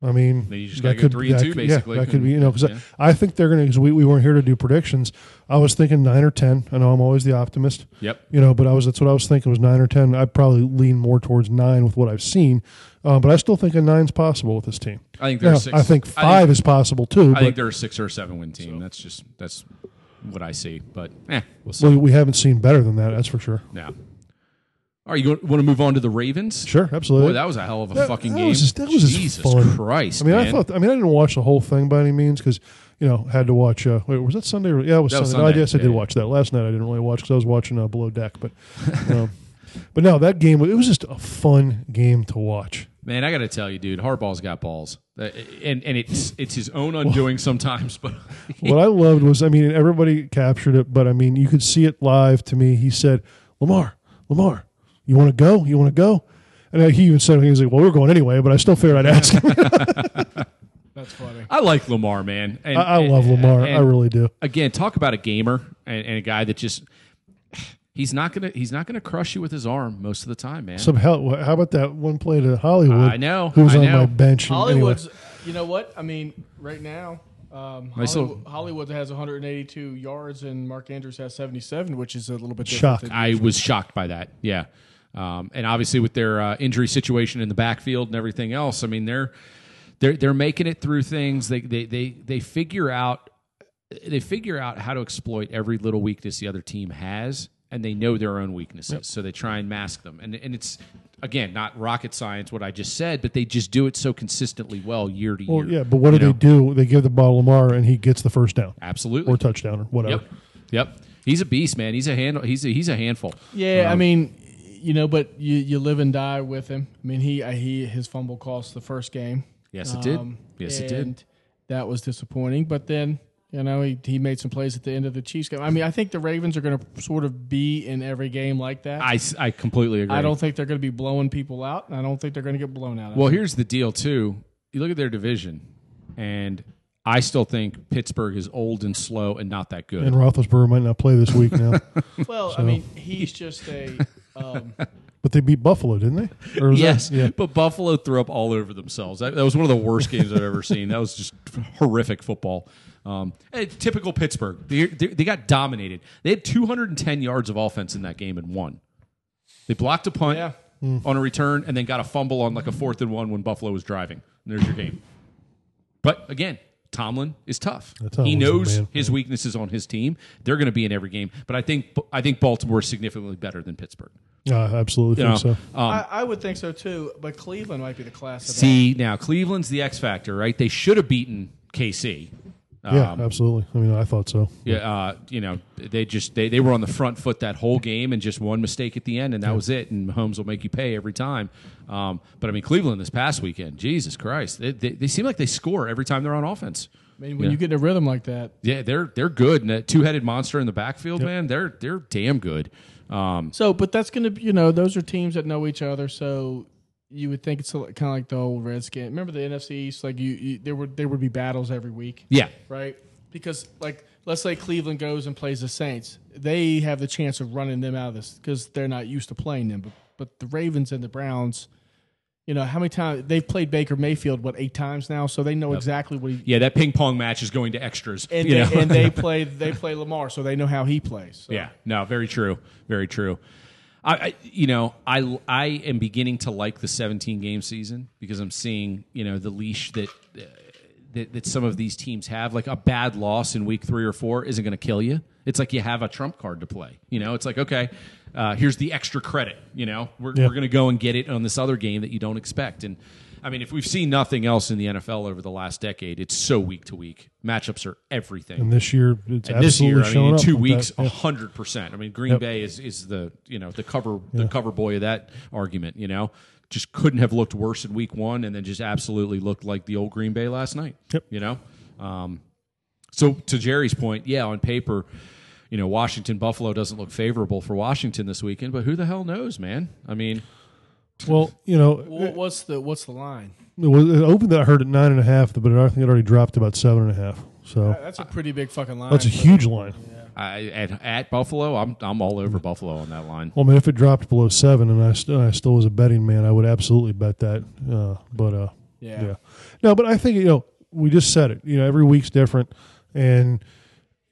[SPEAKER 3] I mean,
[SPEAKER 1] Then you just
[SPEAKER 3] that
[SPEAKER 1] gotta go
[SPEAKER 3] could-
[SPEAKER 1] three and
[SPEAKER 3] that
[SPEAKER 1] two,
[SPEAKER 3] could-
[SPEAKER 1] basically.
[SPEAKER 3] Yeah, that could be, you know, because
[SPEAKER 1] Yeah.
[SPEAKER 3] I, I think they're going to. Because we, we weren't here to do predictions. I was thinking nine or ten. I know I'm always the optimist.
[SPEAKER 1] Yep.
[SPEAKER 3] You know, but I was that's what I was thinking was nine or ten. I probably lean more towards nine with what I've seen, uh, but I still think a nine's possible with this team.
[SPEAKER 1] I think there are
[SPEAKER 3] Now,
[SPEAKER 1] six-
[SPEAKER 3] I think
[SPEAKER 1] I think-
[SPEAKER 3] five is possible too.
[SPEAKER 1] I
[SPEAKER 3] but
[SPEAKER 1] think they're a six or a seven win team. That's just that's what I see. But eh, we'll see.
[SPEAKER 3] we, we haven't seen better than that. That's for sure.
[SPEAKER 1] now, all right, you want to move on to the Ravens?
[SPEAKER 3] Sure, absolutely.
[SPEAKER 1] Boy, that was a hell of a fucking
[SPEAKER 3] that
[SPEAKER 1] game.
[SPEAKER 3] was just- that was just
[SPEAKER 1] Jesus
[SPEAKER 3] fun.
[SPEAKER 1] Christ!
[SPEAKER 3] I mean, I
[SPEAKER 1] man.
[SPEAKER 3] thought. I mean, I didn't watch the whole thing by any means because you know had to watch. Uh, wait, was that Sunday? Or, yeah, it was
[SPEAKER 1] That
[SPEAKER 3] Sunday.
[SPEAKER 1] was
[SPEAKER 3] No, I
[SPEAKER 1] Sunday.
[SPEAKER 3] guess I
[SPEAKER 1] Yeah,
[SPEAKER 3] did
[SPEAKER 1] yeah.
[SPEAKER 3] watch that last night. I didn't really watch because I was watching uh, Below Deck,
[SPEAKER 1] *laughs*
[SPEAKER 3] but. Um, But no, that game it was just a fun game to watch.
[SPEAKER 1] Man, I got to tell you, dude, Harbaugh's got balls, Uh, and and it's it's his own undoing sometimes. But
[SPEAKER 3] What I loved was, I mean, everybody captured it, but I mean, you could see it live. To me, he said, "Lamar, Lamar, you want to go? You want to go?" And uh, he even said, "He was like, well, we're going anyway," but I still figured I'd ask him. *laughs*
[SPEAKER 2] That's funny.
[SPEAKER 1] I like Lamar, man. And,
[SPEAKER 3] I, I love Lamar, I
[SPEAKER 1] and-
[SPEAKER 3] really do.
[SPEAKER 1] again, talk about a gamer and, and a guy that just he's not gonna he's not gonna crush you with his arm most of the time, man.
[SPEAKER 3] Some hell. How about that one play to Hollywood?
[SPEAKER 1] I know,
[SPEAKER 3] Who was
[SPEAKER 1] I
[SPEAKER 3] on
[SPEAKER 1] know.
[SPEAKER 3] my bench? and- anyway.
[SPEAKER 2] Hollywood's, you know what? I mean, right now, um,
[SPEAKER 1] Nice
[SPEAKER 2] Hollywood,
[SPEAKER 1] little-
[SPEAKER 2] Hollywood has 182 yards and Mark Andrews has 77, which is a little bit
[SPEAKER 3] Shock.
[SPEAKER 2] different than-
[SPEAKER 1] I was shocked by that. Yeah. Um, and obviously with their uh, injury situation in the backfield and everything else, I mean they're they're they're making it through things. They they they they figure out they figure out how to exploit every little weakness the other team has, and they know their own weaknesses, so they try and mask them. And and it's again not rocket science what I just said, but they just do it so consistently well year to
[SPEAKER 3] Well,
[SPEAKER 1] year.
[SPEAKER 3] yeah, but what do
[SPEAKER 1] you
[SPEAKER 3] they
[SPEAKER 1] know?
[SPEAKER 3] do? They give the ball to Lamar, and he gets the first down
[SPEAKER 1] Absolutely.
[SPEAKER 3] or touchdown or whatever.
[SPEAKER 1] Yep. Yep. He's a beast, man. He's a handle. He's a, he's a handful.
[SPEAKER 2] Yeah, I mean, you know, but you, you live and die with him. I mean, he uh, he his fumble cost the first game.
[SPEAKER 1] Yes, it did. Yes, it did.
[SPEAKER 2] Um, and That was disappointing. But then you know he, he made some plays at the end of the Chiefs game. I mean, I think the Ravens are going to sort of be in every game like that.
[SPEAKER 1] I, s- I completely agree.
[SPEAKER 2] I don't think they're going to be blowing people out, and I don't think they're going to get blown out.
[SPEAKER 1] Well, here's the deal too. You look at their division, and I still think Pittsburgh is old and slow and not that good.
[SPEAKER 3] And Roethlisberger might not play this
[SPEAKER 1] *laughs*
[SPEAKER 3] week now,
[SPEAKER 2] well, I mean, he's just a. Um,
[SPEAKER 3] but they beat Buffalo, didn't they? Or was that-
[SPEAKER 1] yes,
[SPEAKER 3] *laughs* yeah.
[SPEAKER 1] but Buffalo threw up all over themselves. That, that was one of the worst games I've ever seen. That was just horrific football. Um, and it's typical Pittsburgh. They, they, they got dominated. They had 210 yards of offense in that game and won. They blocked a punt Mm.
[SPEAKER 2] Yeah.
[SPEAKER 1] on a return and then got a fumble on like a fourth and one when Buffalo was driving. And there's your game. But again, Tomlin is tough.
[SPEAKER 3] Tomlin's
[SPEAKER 1] he
[SPEAKER 3] the
[SPEAKER 1] knows
[SPEAKER 3] man.
[SPEAKER 1] his weaknesses on his team. They're going to be in every game. But I think I think Baltimore is significantly better than Pittsburgh.
[SPEAKER 3] Yeah, I absolutely
[SPEAKER 1] You know,
[SPEAKER 3] think so.
[SPEAKER 1] um,
[SPEAKER 2] I, I would think so too, but Cleveland might be the class of that.
[SPEAKER 1] See now, Cleveland's the X factor, right? They should have beaten KC.
[SPEAKER 3] yeah,
[SPEAKER 1] um,
[SPEAKER 3] absolutely. I mean, I thought so.
[SPEAKER 1] Yeah, uh, you know, they just they, they were on the front foot that whole game, and just one mistake at the end, and that was it. And Mahomes will make you pay every time. Um, but I mean, Cleveland this past weekend, Jesus Christ, they, they, they seem like they score every time they're on offense.
[SPEAKER 2] I mean, when you get in a rhythm like that,
[SPEAKER 1] Yeah, they're they're good, and that two headed monster in the backfield, man, they're they're damn good. Um,
[SPEAKER 2] So, but that's going to be, you know, those are teams that know each other. So you would think it's kind of like the old Redskin. Remember the NFC East? Like you, you there would there would be battles every week,
[SPEAKER 1] yeah,
[SPEAKER 2] right? Because like let's say Cleveland goes and plays the Saints, they have the chance of running them out of this because they're not used to playing them but the Ravens and the Browns, you know, how many times they've played Baker Mayfield, what, eight times now? So they know exactly
[SPEAKER 1] *laughs*
[SPEAKER 2] what he.
[SPEAKER 1] Yeah, that ping pong match is going to extras.
[SPEAKER 2] And,
[SPEAKER 1] you
[SPEAKER 2] they,
[SPEAKER 1] know? *laughs*
[SPEAKER 2] and they play they play Lamar, so they know how he plays. So.
[SPEAKER 1] Yeah. No. Very true. Very true. I, I, you know, I I am beginning to like the 17 game season because I'm seeing you know the leash that. Uh, that, that some of these teams have, like a bad loss in week three or four, isn't going to kill you. It's like you have a trump card to play. You know, it's like okay, uh, here's the extra credit. You know, we're,
[SPEAKER 3] Yeah.
[SPEAKER 1] we're going to go and get it on this other game that you don't expect. And I mean, if we've seen nothing else in the NFL over the last decade, it's so week to week. Matchups are everything.
[SPEAKER 3] And this year, it's
[SPEAKER 1] And this
[SPEAKER 3] absolutely
[SPEAKER 1] year, I mean,
[SPEAKER 3] showing
[SPEAKER 1] in
[SPEAKER 3] up
[SPEAKER 1] two
[SPEAKER 3] with that.
[SPEAKER 1] weeks,
[SPEAKER 3] Yeah.
[SPEAKER 1] hundred percent. I mean, Green
[SPEAKER 3] Yep.
[SPEAKER 1] Bay is is the you know the cover the cover boy of that argument. You know, just couldn't have looked worse in Week One, and then just absolutely looked like the old Green Bay last night.
[SPEAKER 3] Yep.
[SPEAKER 1] You know, um, so to Jerry's point, yeah, on paper, you know, Washington Buffalo doesn't look favorable for Washington this weekend, but who the hell knows, man? I mean,
[SPEAKER 3] Well, you know,
[SPEAKER 2] Wha- What's the what's the line?
[SPEAKER 3] it, was, it opened that I heard at nine and a half, but I think it already dropped to about seven and a half.
[SPEAKER 1] Uh,
[SPEAKER 3] So
[SPEAKER 2] That's a pretty big fucking line.
[SPEAKER 3] that's a
[SPEAKER 2] but-
[SPEAKER 3] huge line.
[SPEAKER 1] I, at at Buffalo, I'm I'm all over Buffalo on that line.
[SPEAKER 3] Well, I mean, if it dropped below seven, and I, st- I still was a betting man, I would absolutely bet that. Uh, but uh,
[SPEAKER 2] Yeah.
[SPEAKER 3] no, but I think you know we just said it. You know, every week's different, and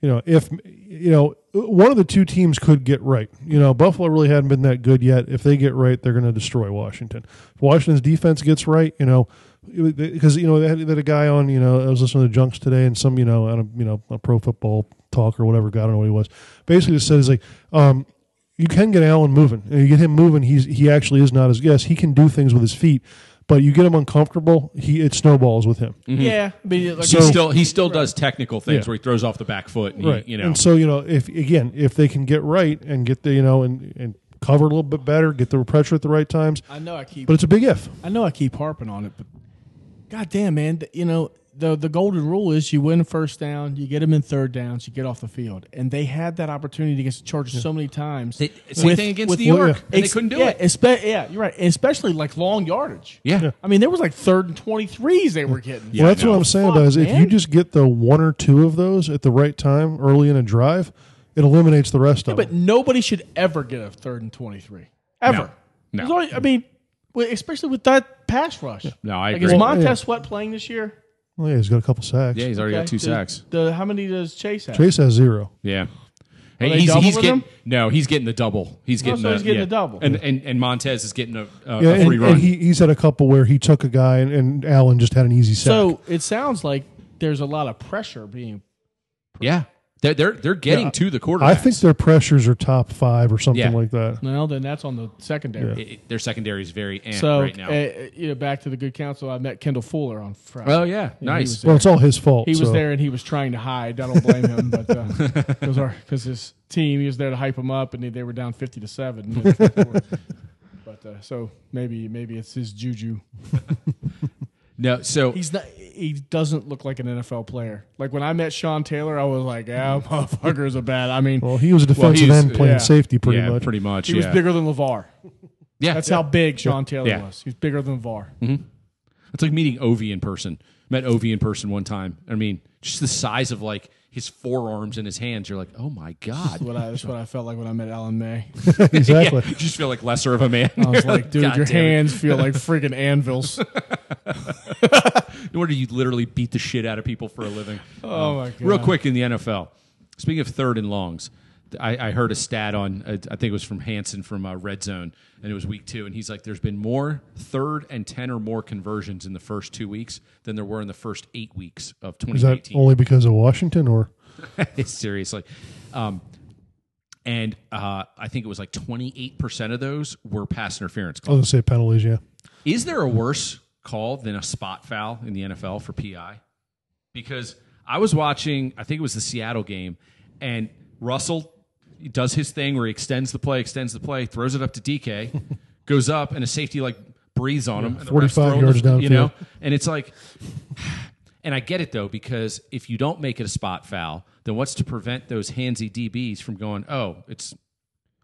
[SPEAKER 3] you know if you know one of the two teams could get right. You know, Buffalo really hadn't been that good yet. If they get right, they're going to destroy Washington. If Washington's defense gets right, you know. Because you know they had, they had a guy on you know I was listening to Junks today and some you know on a, you know a pro football talk or whatever God I don't know what he was basically just says like um, you can get Allen moving. And you get him moving, he's he actually is not as yes, he can do things with his feet, but you get him uncomfortable, he it snowballs with him.
[SPEAKER 1] Mm-hmm.
[SPEAKER 2] Yeah, I mean, like
[SPEAKER 3] So-
[SPEAKER 1] He still he still does technical things
[SPEAKER 3] Yeah.
[SPEAKER 1] where he throws off the back foot, and he, you know.
[SPEAKER 3] And so, you know, if again, if they can get right and get the you know and and cover a little bit better, get the pressure at the right times.
[SPEAKER 2] I know I keep
[SPEAKER 3] But it's a big if.
[SPEAKER 2] I know I keep harping on it, but goddamn, man, th- you know the the golden rule is you win first down, you get them in third downs, you get off the field, and they had that opportunity against the Chargers so many times.
[SPEAKER 1] They- same thing against New
[SPEAKER 3] Well,
[SPEAKER 1] York,
[SPEAKER 3] yeah.
[SPEAKER 1] and they couldn't do
[SPEAKER 2] yeah,
[SPEAKER 1] it.
[SPEAKER 2] espe- yeah, you're right, especially like long yardage.
[SPEAKER 1] Yeah.
[SPEAKER 2] I mean there was like third and twenty threes they were getting.
[SPEAKER 1] Yeah,
[SPEAKER 3] well, that's
[SPEAKER 1] I know.
[SPEAKER 3] what I'm saying
[SPEAKER 2] Fuck,
[SPEAKER 3] about is if
[SPEAKER 2] man.
[SPEAKER 3] you just get the one or two of those at the right time early in a drive, it eliminates the rest of
[SPEAKER 2] but
[SPEAKER 3] them.
[SPEAKER 2] nobody should ever get a third and twenty three ever.
[SPEAKER 1] No. No.
[SPEAKER 2] There's only- I mean, wi- especially with that pass rush.
[SPEAKER 1] No, I
[SPEAKER 2] like
[SPEAKER 1] agree.
[SPEAKER 2] is
[SPEAKER 1] Well,
[SPEAKER 2] Montez
[SPEAKER 3] yeah.
[SPEAKER 2] Sweat playing this year?
[SPEAKER 3] Well, Oh, yeah, he's got a couple sacks.
[SPEAKER 1] Yeah, he's already got
[SPEAKER 2] Okay.
[SPEAKER 1] two
[SPEAKER 2] Does-
[SPEAKER 1] sacks.
[SPEAKER 2] the- how many does Chase have?
[SPEAKER 3] Chase has zero.
[SPEAKER 1] Yeah.
[SPEAKER 2] they
[SPEAKER 1] Hey, he's,
[SPEAKER 2] double
[SPEAKER 1] he's
[SPEAKER 2] with
[SPEAKER 1] getting
[SPEAKER 2] him? Oh,
[SPEAKER 1] no, he's getting the double. He's getting,
[SPEAKER 2] so
[SPEAKER 1] the,
[SPEAKER 2] he's getting
[SPEAKER 1] yeah.
[SPEAKER 2] the double.
[SPEAKER 1] and, and and Montez is getting a, a,
[SPEAKER 3] Yeah,
[SPEAKER 1] a
[SPEAKER 3] and,
[SPEAKER 1] free run.
[SPEAKER 3] and he, he's had a couple where he took a guy and, and Allen just had an easy sack.
[SPEAKER 2] So it sounds like there's a lot of pressure being.
[SPEAKER 1] yeah, they're they're, they're getting
[SPEAKER 3] Yeah,
[SPEAKER 1] to the quarterback.
[SPEAKER 3] I think their pressures are top five or something
[SPEAKER 1] Yeah.
[SPEAKER 3] like that.
[SPEAKER 2] Well, then that's on the secondary.
[SPEAKER 1] It- it- their secondary is very eh
[SPEAKER 2] So
[SPEAKER 1] right now.
[SPEAKER 2] uh, uh, you know, back to the good counsel. I met Kendall Fuller on Friday.
[SPEAKER 1] oh yeah,
[SPEAKER 2] was
[SPEAKER 1] nice.
[SPEAKER 2] there.
[SPEAKER 3] Well, it's all his fault.
[SPEAKER 2] he was
[SPEAKER 3] so.
[SPEAKER 2] there and he was trying to hide. I don't blame him, but
[SPEAKER 3] *laughs*
[SPEAKER 2] because our because his team, he was there to hype him up, and they, they were down fifty to seven.
[SPEAKER 3] *laughs*
[SPEAKER 2] but uh, so maybe maybe it's his juju.
[SPEAKER 1] No, so
[SPEAKER 2] He's not. He doesn't look like an NFL player. Like when I met Sean Taylor, I was like, "Ah, *laughs* motherfucker's a bad." I mean,
[SPEAKER 3] Well, he was a defensive
[SPEAKER 1] he's-
[SPEAKER 3] end playing
[SPEAKER 2] yeah.
[SPEAKER 3] safety pretty
[SPEAKER 1] yeah,
[SPEAKER 3] much.
[SPEAKER 1] pretty much.
[SPEAKER 2] he
[SPEAKER 1] yeah,
[SPEAKER 2] was bigger than Levar.
[SPEAKER 1] yeah.
[SPEAKER 2] That's how big Sean Taylor
[SPEAKER 1] Yeah.
[SPEAKER 2] was. He was bigger than Var.
[SPEAKER 1] It's like meeting Ovi in person. Met Ovi in person one time. I mean, just the size of like his forearms and his hands. You're like, oh my god.
[SPEAKER 2] What I, that's what I felt like when I met Alan May.
[SPEAKER 3] exactly.
[SPEAKER 1] Yeah, *laughs* you just feel like lesser of a man.
[SPEAKER 2] I *laughs*
[SPEAKER 1] *laughs*
[SPEAKER 2] was like, dude,
[SPEAKER 1] God
[SPEAKER 2] your
[SPEAKER 1] damn it.
[SPEAKER 2] hands feel like freaking *laughs* anvils.
[SPEAKER 1] No wonder you literally beat the shit out of people for a living.
[SPEAKER 2] Oh my god!
[SPEAKER 1] Real quick in the NFL, speaking of third and longs, I, I heard a stat on, uh, I think it was from Hanson from uh, Red Zone, and it was week two, and he's like, there's been more third and 10 or more conversions in the first two weeks than there were in the first eight weeks of
[SPEAKER 3] Is that
[SPEAKER 1] 2018.
[SPEAKER 3] only because of Washington or?
[SPEAKER 1] *laughs* Seriously. Um, and uh, I think it was like 28% of those were pass interference
[SPEAKER 3] I
[SPEAKER 1] calls.
[SPEAKER 3] was going to say penalties, yeah.
[SPEAKER 1] Is there a worse call than a spot foul in the NFL for PI? Because I was watching, I think it was the Seattle game, and Russell does his thing where he extends the play, extends the play, throws it up to
[SPEAKER 3] *laughs*
[SPEAKER 1] DK, goes up, and a safety like breathes on him. and the ref's
[SPEAKER 3] 45
[SPEAKER 1] throwing
[SPEAKER 3] yards
[SPEAKER 1] the- You know,
[SPEAKER 3] downfield.
[SPEAKER 1] and it's like, *sighs* and I get it though, because if you don't make it a spot foul, then what's to prevent those handsy DBs from going, oh, it's,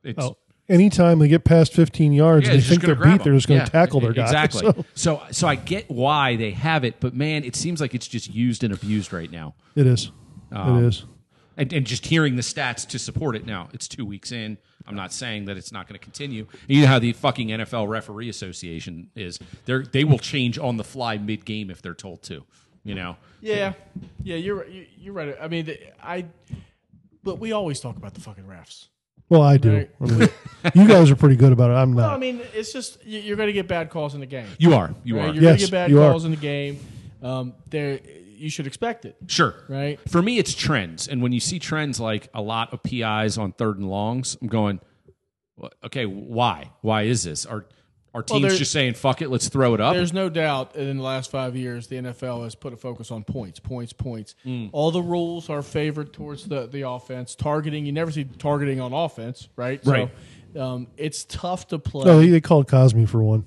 [SPEAKER 1] it's,
[SPEAKER 3] Oh, anytime they get past 15 yards,
[SPEAKER 1] yeah,
[SPEAKER 3] they
[SPEAKER 1] he's just
[SPEAKER 3] think they're
[SPEAKER 1] gonna grab
[SPEAKER 3] beat, they're
[SPEAKER 1] him.
[SPEAKER 3] just going to
[SPEAKER 1] Yeah, e-,
[SPEAKER 3] tackle their guy. *laughs*
[SPEAKER 1] exactly.
[SPEAKER 3] So,
[SPEAKER 1] So. so, I get why they have it, but man, it seems like it's just used and abused right now.
[SPEAKER 3] it is. it is.
[SPEAKER 1] Um, And, and just hearing the stats to support it now, it's two weeks in. I'm not saying that it's not going to continue. You know how the fucking NFL Referee Association is. They they will change on the fly mid game if they're told to. You know.
[SPEAKER 2] Yeah, yeah, you're you- you're right. I mean, the- I. But we always talk about the fucking refs.
[SPEAKER 3] Well, I do.
[SPEAKER 2] Right.
[SPEAKER 3] I mean, you guys are pretty good about
[SPEAKER 1] *laughs*
[SPEAKER 3] it. I'm
[SPEAKER 2] No, I
[SPEAKER 3] not.
[SPEAKER 2] mean, it's just you- you're going to get bad calls in the game.
[SPEAKER 1] You are. You
[SPEAKER 2] right?
[SPEAKER 1] are.
[SPEAKER 2] You're going
[SPEAKER 3] Yes,
[SPEAKER 2] to get bad
[SPEAKER 3] you are.
[SPEAKER 2] calls in the game. Um, there, you should expect it,
[SPEAKER 1] Sure.
[SPEAKER 2] right?
[SPEAKER 1] For me, it's trends. And when you see trends like a lot of PIs on third and longs, I'm going, "Wha- okay, why? Why is this? Are our teams
[SPEAKER 2] there-
[SPEAKER 1] just saying, fuck it, let's throw it up?
[SPEAKER 2] There's no doubt that in the last five years, the NFL has put a focus on points, points, points.
[SPEAKER 1] Mm.
[SPEAKER 2] All the rules are favored towards the, the offense. Targeting, you never see targeting on offense, right?
[SPEAKER 1] Right.
[SPEAKER 2] So, um, it's tough to play.
[SPEAKER 3] No, they, they called Cosme for one.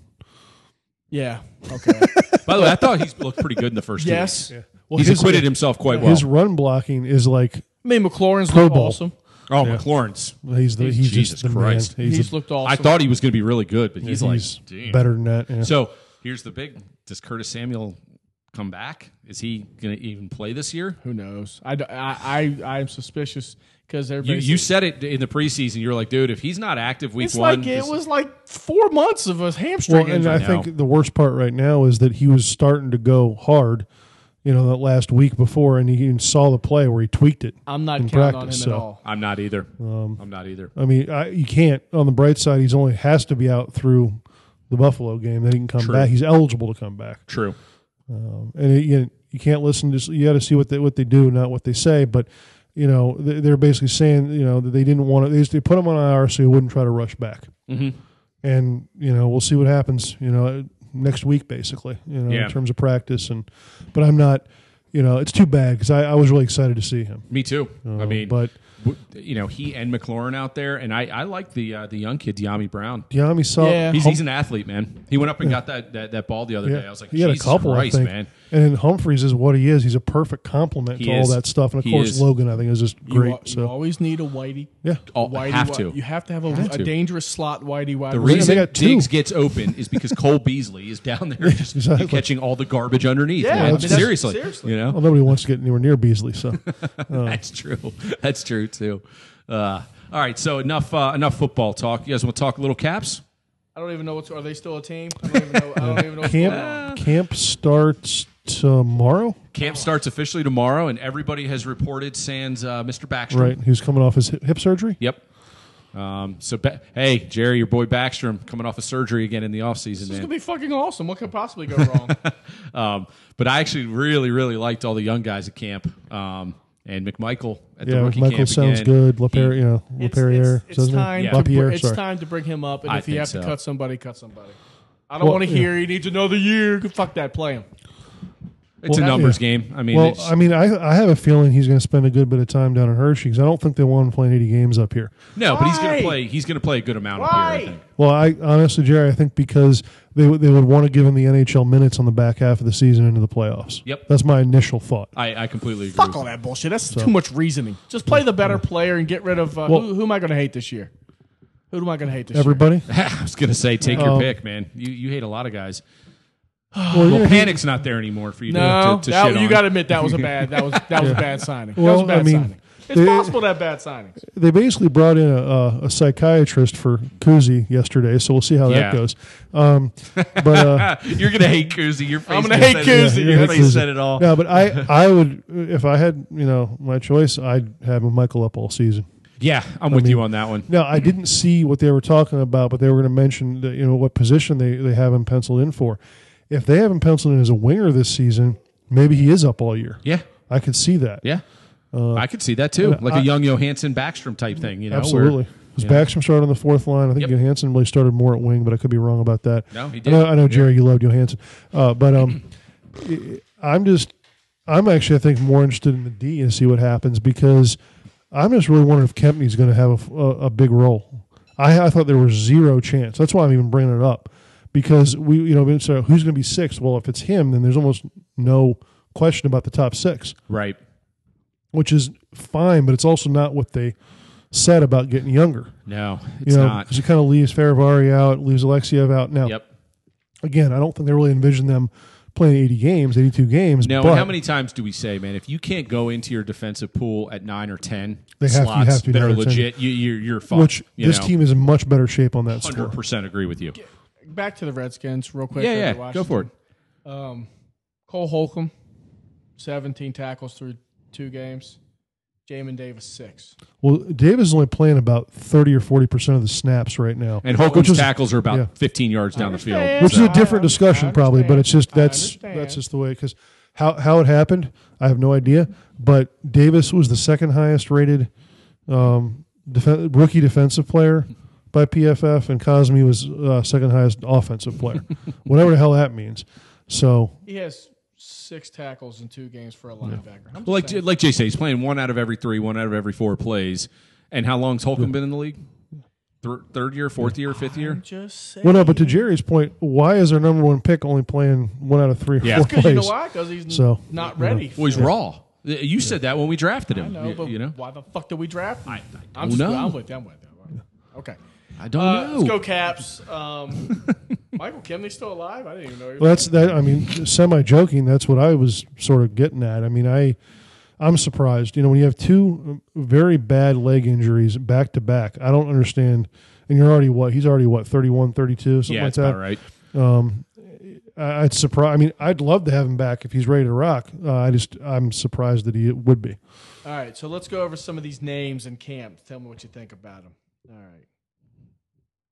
[SPEAKER 2] yeah.
[SPEAKER 3] *laughs*
[SPEAKER 2] Okay.
[SPEAKER 1] By the way, I thought he looked pretty good in the first two
[SPEAKER 2] yes.
[SPEAKER 1] weeks.
[SPEAKER 3] Well,
[SPEAKER 1] He's
[SPEAKER 3] his-
[SPEAKER 1] acquitted himself quite well.
[SPEAKER 3] His run blocking is like
[SPEAKER 2] I mean, McLaurin's
[SPEAKER 3] Pro
[SPEAKER 2] looked
[SPEAKER 3] Bowl.
[SPEAKER 2] awesome.
[SPEAKER 1] oh, McLaurin's.
[SPEAKER 3] he's the he's, just
[SPEAKER 1] Jesus
[SPEAKER 3] the man.
[SPEAKER 1] Christ.
[SPEAKER 3] He's,
[SPEAKER 2] He's
[SPEAKER 3] the-
[SPEAKER 2] looked awesome.
[SPEAKER 1] I thought he was going to be really good, but he's,
[SPEAKER 3] he's
[SPEAKER 1] like, damn.
[SPEAKER 3] better than that. yeah.
[SPEAKER 1] So here's the big does Curtis Samuel come back? Is he going to even play this year?
[SPEAKER 2] Who knows? I, d- I, I, am suspicious because
[SPEAKER 1] You,
[SPEAKER 2] everybody.
[SPEAKER 1] you said it in the preseason. You were like, dude, if he's not active week
[SPEAKER 2] it's
[SPEAKER 1] one,
[SPEAKER 2] like it
[SPEAKER 1] this-
[SPEAKER 2] was like four months of a hamstring
[SPEAKER 3] well, and
[SPEAKER 2] injury.
[SPEAKER 3] I
[SPEAKER 1] now.
[SPEAKER 3] think the worst part right now is that he was starting to go hard, you know, that last week before, and he even saw the play where he tweaked it.
[SPEAKER 2] I'm not
[SPEAKER 3] in
[SPEAKER 2] counting on him
[SPEAKER 3] practice,
[SPEAKER 2] at
[SPEAKER 3] so-
[SPEAKER 2] all.
[SPEAKER 1] I'm not either.
[SPEAKER 3] Um,
[SPEAKER 1] I'm not either.
[SPEAKER 3] I mean, I, you can't. On the bright side, he's only has to be out through the Buffalo game. Then he can come
[SPEAKER 1] True.
[SPEAKER 3] back. He's eligible to come back.
[SPEAKER 1] True.
[SPEAKER 3] and it, you, you can't listen to you got to see what they what they do not what they say but you know they- they're basically saying you know that they didn't want to they, just- they put him on IR so he wouldn't try to rush back
[SPEAKER 1] Mm-hmm.
[SPEAKER 3] and you know we'll see what happens you know next week basically you know
[SPEAKER 1] Yeah.
[SPEAKER 3] in terms of practice and but I'm not you know it's too bad because I, I was really excited to see him
[SPEAKER 1] Me too. I
[SPEAKER 3] Uh,
[SPEAKER 1] mean,
[SPEAKER 3] but
[SPEAKER 1] w- you know, he and McLaurin out there, and I, I like the uh, the young kid, Diami Brown.
[SPEAKER 3] Diami saw
[SPEAKER 2] Yeah.
[SPEAKER 1] He's, he's an athlete, man. He went up and got that, that, that ball the other day. I was like,
[SPEAKER 3] he had a
[SPEAKER 1] Jesus
[SPEAKER 3] couple,
[SPEAKER 1] Christ,
[SPEAKER 3] I think.
[SPEAKER 1] man.
[SPEAKER 3] And then Humphreys is what he is. He's a perfect complement
[SPEAKER 1] He
[SPEAKER 3] to
[SPEAKER 1] is.
[SPEAKER 3] all that stuff. And of
[SPEAKER 1] He
[SPEAKER 3] course,
[SPEAKER 1] is.
[SPEAKER 3] Logan, I think, is just
[SPEAKER 2] You
[SPEAKER 3] great.
[SPEAKER 2] al- You,
[SPEAKER 3] so
[SPEAKER 2] always need a whitey.
[SPEAKER 3] yeah,
[SPEAKER 1] Oh,
[SPEAKER 2] Whitey
[SPEAKER 1] have
[SPEAKER 2] wi-
[SPEAKER 1] to.
[SPEAKER 2] You have to have a, a
[SPEAKER 3] to.
[SPEAKER 2] dangerous slot whitey wide.
[SPEAKER 1] the
[SPEAKER 2] receiver.
[SPEAKER 3] they
[SPEAKER 1] reason
[SPEAKER 3] got two.
[SPEAKER 1] Diggs gets open is because Cole Beasley is down
[SPEAKER 3] *laughs*
[SPEAKER 1] there just *laughs*
[SPEAKER 3] exactly.
[SPEAKER 1] catching all the garbage underneath.
[SPEAKER 2] Yeah,
[SPEAKER 1] man.
[SPEAKER 2] I mean, that's-
[SPEAKER 1] seriously,
[SPEAKER 2] seriously.
[SPEAKER 1] you know
[SPEAKER 3] well, nobody wants to get anywhere near
[SPEAKER 1] *laughs*
[SPEAKER 3] Beasley. So.
[SPEAKER 1] that's true. *laughs* That's true too. Uh, all right, so enough uh, enough football talk. You guys want to talk a little caps?
[SPEAKER 2] I don't even know what's. Are they still a team? I don't even know. I don't even know. what's going on.
[SPEAKER 3] Camp camp starts tomorrow,
[SPEAKER 1] Camp starts officially tomorrow, and everybody has reported. Sans uh, Mr. Backstrom.
[SPEAKER 3] right? Who's coming off his hip hip surgery?
[SPEAKER 1] Yep. Um, so, ba- hey, Jerry, your boy Backstrom coming off of surgery again in the offseason,
[SPEAKER 2] It's
[SPEAKER 1] man.
[SPEAKER 2] gonna be fucking awesome. What could possibly go
[SPEAKER 3] *laughs*
[SPEAKER 2] wrong?
[SPEAKER 1] um, but I actually really, really liked all the young guys at camp. Um, and McMichael at the
[SPEAKER 3] Yeah,
[SPEAKER 1] rookie
[SPEAKER 3] Michael
[SPEAKER 1] camp
[SPEAKER 3] sounds
[SPEAKER 1] again.
[SPEAKER 3] good.
[SPEAKER 1] He-
[SPEAKER 3] LaPerriere, you know,
[SPEAKER 2] it's
[SPEAKER 3] LaPerriere.
[SPEAKER 2] it's, it's time.
[SPEAKER 1] Yeah.
[SPEAKER 2] To,
[SPEAKER 3] Lapierre,
[SPEAKER 2] br- it's
[SPEAKER 3] sorry.
[SPEAKER 2] time to bring him up. And
[SPEAKER 1] I
[SPEAKER 2] if you
[SPEAKER 1] think
[SPEAKER 2] have
[SPEAKER 1] so.
[SPEAKER 2] to cut somebody, cut somebody. I don't
[SPEAKER 3] Well,
[SPEAKER 2] want to
[SPEAKER 3] yeah.
[SPEAKER 2] hear he needs another year. Go Fuck that. Play him.
[SPEAKER 1] It's a
[SPEAKER 3] Well,
[SPEAKER 1] numbers
[SPEAKER 3] yeah.
[SPEAKER 1] game. I mean,
[SPEAKER 3] Well,
[SPEAKER 1] it's-
[SPEAKER 3] I mean, I I have a feeling he's going to spend a good bit of time down in Hershey because I don't think they want him playing eighty games up here.
[SPEAKER 1] no, but he's going
[SPEAKER 2] Why?
[SPEAKER 1] to play. He's going to play a good amount of here. I
[SPEAKER 2] Why?
[SPEAKER 1] think.
[SPEAKER 3] Well, I honestly, Jerry, I think because they would- they would want to give him the NHL minutes on the back half of the season into the playoffs.
[SPEAKER 1] Yep.
[SPEAKER 3] that's my initial thought.
[SPEAKER 1] I, I completely agree.
[SPEAKER 2] Fuck
[SPEAKER 1] with
[SPEAKER 2] all
[SPEAKER 1] you.
[SPEAKER 2] that bullshit. That's too much reasoning. Just play the better player and get rid of uh,
[SPEAKER 3] Well-
[SPEAKER 2] who, who am I going to hate this year? Who am I going to hate
[SPEAKER 1] *sighs*
[SPEAKER 2] this
[SPEAKER 3] Everybody,
[SPEAKER 1] *laughs* I was going to say, take your
[SPEAKER 3] Um,
[SPEAKER 1] pick, man. You you hate a lot of
[SPEAKER 3] *laughs*
[SPEAKER 1] guys.
[SPEAKER 3] well,
[SPEAKER 1] Well,
[SPEAKER 3] yeah, he-
[SPEAKER 1] panic's not there anymore for you.
[SPEAKER 2] year?
[SPEAKER 1] to-
[SPEAKER 2] No,
[SPEAKER 1] to, to,
[SPEAKER 2] that-
[SPEAKER 1] shit
[SPEAKER 2] you
[SPEAKER 1] on.
[SPEAKER 2] got to admit that
[SPEAKER 1] *laughs*
[SPEAKER 2] was a bad. That was that was a bad signing. that was
[SPEAKER 3] Well,
[SPEAKER 2] a bad
[SPEAKER 3] I mean,
[SPEAKER 2] signing. It's
[SPEAKER 3] they-
[SPEAKER 2] possible to have bad signings.
[SPEAKER 3] they basically brought in a, a, a psychiatrist for Kuzi yesterday, so we'll see how
[SPEAKER 1] Yeah.
[SPEAKER 3] that goes. Um, but uh,
[SPEAKER 1] *laughs* You're gonna hate Koozie. Your face.
[SPEAKER 2] I'm gonna
[SPEAKER 1] just
[SPEAKER 2] hate
[SPEAKER 1] said it.
[SPEAKER 2] Kuzi.
[SPEAKER 1] Your
[SPEAKER 3] Yeah,
[SPEAKER 1] face
[SPEAKER 3] Kuzi.
[SPEAKER 1] said it all.
[SPEAKER 3] No, but I, I would if I had you know my choice, I'd have Michael up all season.
[SPEAKER 1] Yeah, I'm with you on that one.
[SPEAKER 3] Now I didn't see what they were talking about, but they were going to mention that, you know what position they, they have him penciled in for. If they have him penciled in as a winger this season, maybe he is up all year.
[SPEAKER 1] Yeah,
[SPEAKER 3] I could see that.
[SPEAKER 1] yeah. I could see that too, like a
[SPEAKER 3] Uh, I-
[SPEAKER 1] young Johansson Backstrom type thing. You know, where-
[SPEAKER 3] Absolutely. Because Backstrom started on the fourth line. I think
[SPEAKER 1] Yep.
[SPEAKER 3] Johansson really started more at wing, but I could be wrong about that.
[SPEAKER 1] No, he
[SPEAKER 3] I know,
[SPEAKER 1] did.
[SPEAKER 3] I know Jerry, you loved Johansson. Uh, but um, I- I'm just, I'm actually, I think, more interested in the D and see what happens because I'm just really wondering if Kempney's going to have a f- a, a big role. I, I thought there was zero chance. That's why I'm even bringing it up because we, you know, we said, who's going to be sixth? Well, if it's him, then there's almost no question about the top six
[SPEAKER 1] right?
[SPEAKER 3] which is fine, but it's also not what they said about getting younger.
[SPEAKER 1] No, it's
[SPEAKER 3] You know,
[SPEAKER 1] not.
[SPEAKER 3] because it kind of leaves Faravari out, leaves Alexiev out. Now,
[SPEAKER 1] Yep.
[SPEAKER 3] again, I don't think they really envision them playing 80 games, 82 games.
[SPEAKER 1] Now,
[SPEAKER 3] but
[SPEAKER 1] and how many times do we say, man, if you can't go into your defensive pool at nine or ten
[SPEAKER 3] They have to- you
[SPEAKER 1] slots
[SPEAKER 3] have to be
[SPEAKER 1] that
[SPEAKER 3] nine
[SPEAKER 1] are
[SPEAKER 3] or 10.
[SPEAKER 1] legit, you, you're you're fucked.
[SPEAKER 3] Which
[SPEAKER 1] you
[SPEAKER 3] this
[SPEAKER 1] know?
[SPEAKER 3] team is in much better shape on that score.
[SPEAKER 1] hundred percent agree with you.
[SPEAKER 2] Back to the Redskins real quick.
[SPEAKER 1] Yeah,
[SPEAKER 2] over
[SPEAKER 1] yeah, go
[SPEAKER 2] Washington.
[SPEAKER 1] for it.
[SPEAKER 2] Cole Holcomb, 17 tackles through two games. Jamin Davis, six.
[SPEAKER 3] Well, Davis is only playing about 30 or 40% of the snaps right now.
[SPEAKER 1] And
[SPEAKER 3] which
[SPEAKER 1] Holcomb's
[SPEAKER 3] is-
[SPEAKER 1] tackles are about
[SPEAKER 3] yeah.
[SPEAKER 1] 15 yards down the
[SPEAKER 2] understand.
[SPEAKER 1] field.
[SPEAKER 3] which is
[SPEAKER 2] So-
[SPEAKER 3] a different
[SPEAKER 2] I- I
[SPEAKER 3] discussion probably but
[SPEAKER 2] understand.
[SPEAKER 3] it's just
[SPEAKER 2] I
[SPEAKER 3] that's
[SPEAKER 2] understand.
[SPEAKER 3] that's just the way because how, how it happened i have no idea but davis was the second highest rated um, defen rookie defensive player by pff and cosme was uh, second highest offensive player
[SPEAKER 2] *laughs*
[SPEAKER 3] whatever the hell that means so
[SPEAKER 2] He has six tackles in two games for a linebacker. I'm just
[SPEAKER 1] Well, like
[SPEAKER 2] saying.
[SPEAKER 1] like Jay said, he's playing one out of every three, one out of every four plays. And how long's Holcomb been in the league? Thir- third year, fourth year, fifth year.
[SPEAKER 2] I'm just saying.
[SPEAKER 3] well no but to jerry's point why is our number one pick only playing one out of three or
[SPEAKER 1] Yeah.
[SPEAKER 3] four
[SPEAKER 2] Because you know
[SPEAKER 3] plays
[SPEAKER 2] why? Because he's
[SPEAKER 3] So,
[SPEAKER 2] not
[SPEAKER 3] you know.
[SPEAKER 2] ready.
[SPEAKER 1] Well, he's
[SPEAKER 2] for it.
[SPEAKER 1] raw. You said that when we drafted him.
[SPEAKER 2] I know,
[SPEAKER 1] you,
[SPEAKER 2] but
[SPEAKER 1] you know,
[SPEAKER 2] why the fuck did we draft him?
[SPEAKER 1] I- I
[SPEAKER 2] I'm
[SPEAKER 1] don't
[SPEAKER 2] just-
[SPEAKER 1] know.
[SPEAKER 2] I'm with you. I'm with you. Okay.
[SPEAKER 1] I don't
[SPEAKER 2] Uh,
[SPEAKER 1] know.
[SPEAKER 2] let's go Caps. Um, *laughs* Michael Kimley's still alive? I didn't even know. He was
[SPEAKER 3] Well, that's that. I mean, semi joking. That's what I was sort of getting at. I mean, I, I'm surprised. You know, when you have two um, very bad leg injuries back to back, I don't understand. And you're already what? He's already what? 31, 32, something
[SPEAKER 1] yeah,
[SPEAKER 3] like
[SPEAKER 1] that's
[SPEAKER 3] that.
[SPEAKER 1] about right.
[SPEAKER 3] I, I'd surprise. I mean, I'd love to have him back if he's ready to rock. Uh, I just, I'm surprised that he would be.
[SPEAKER 2] All right, so let's go over some of these names and camps. Tell me what you think about them. All right.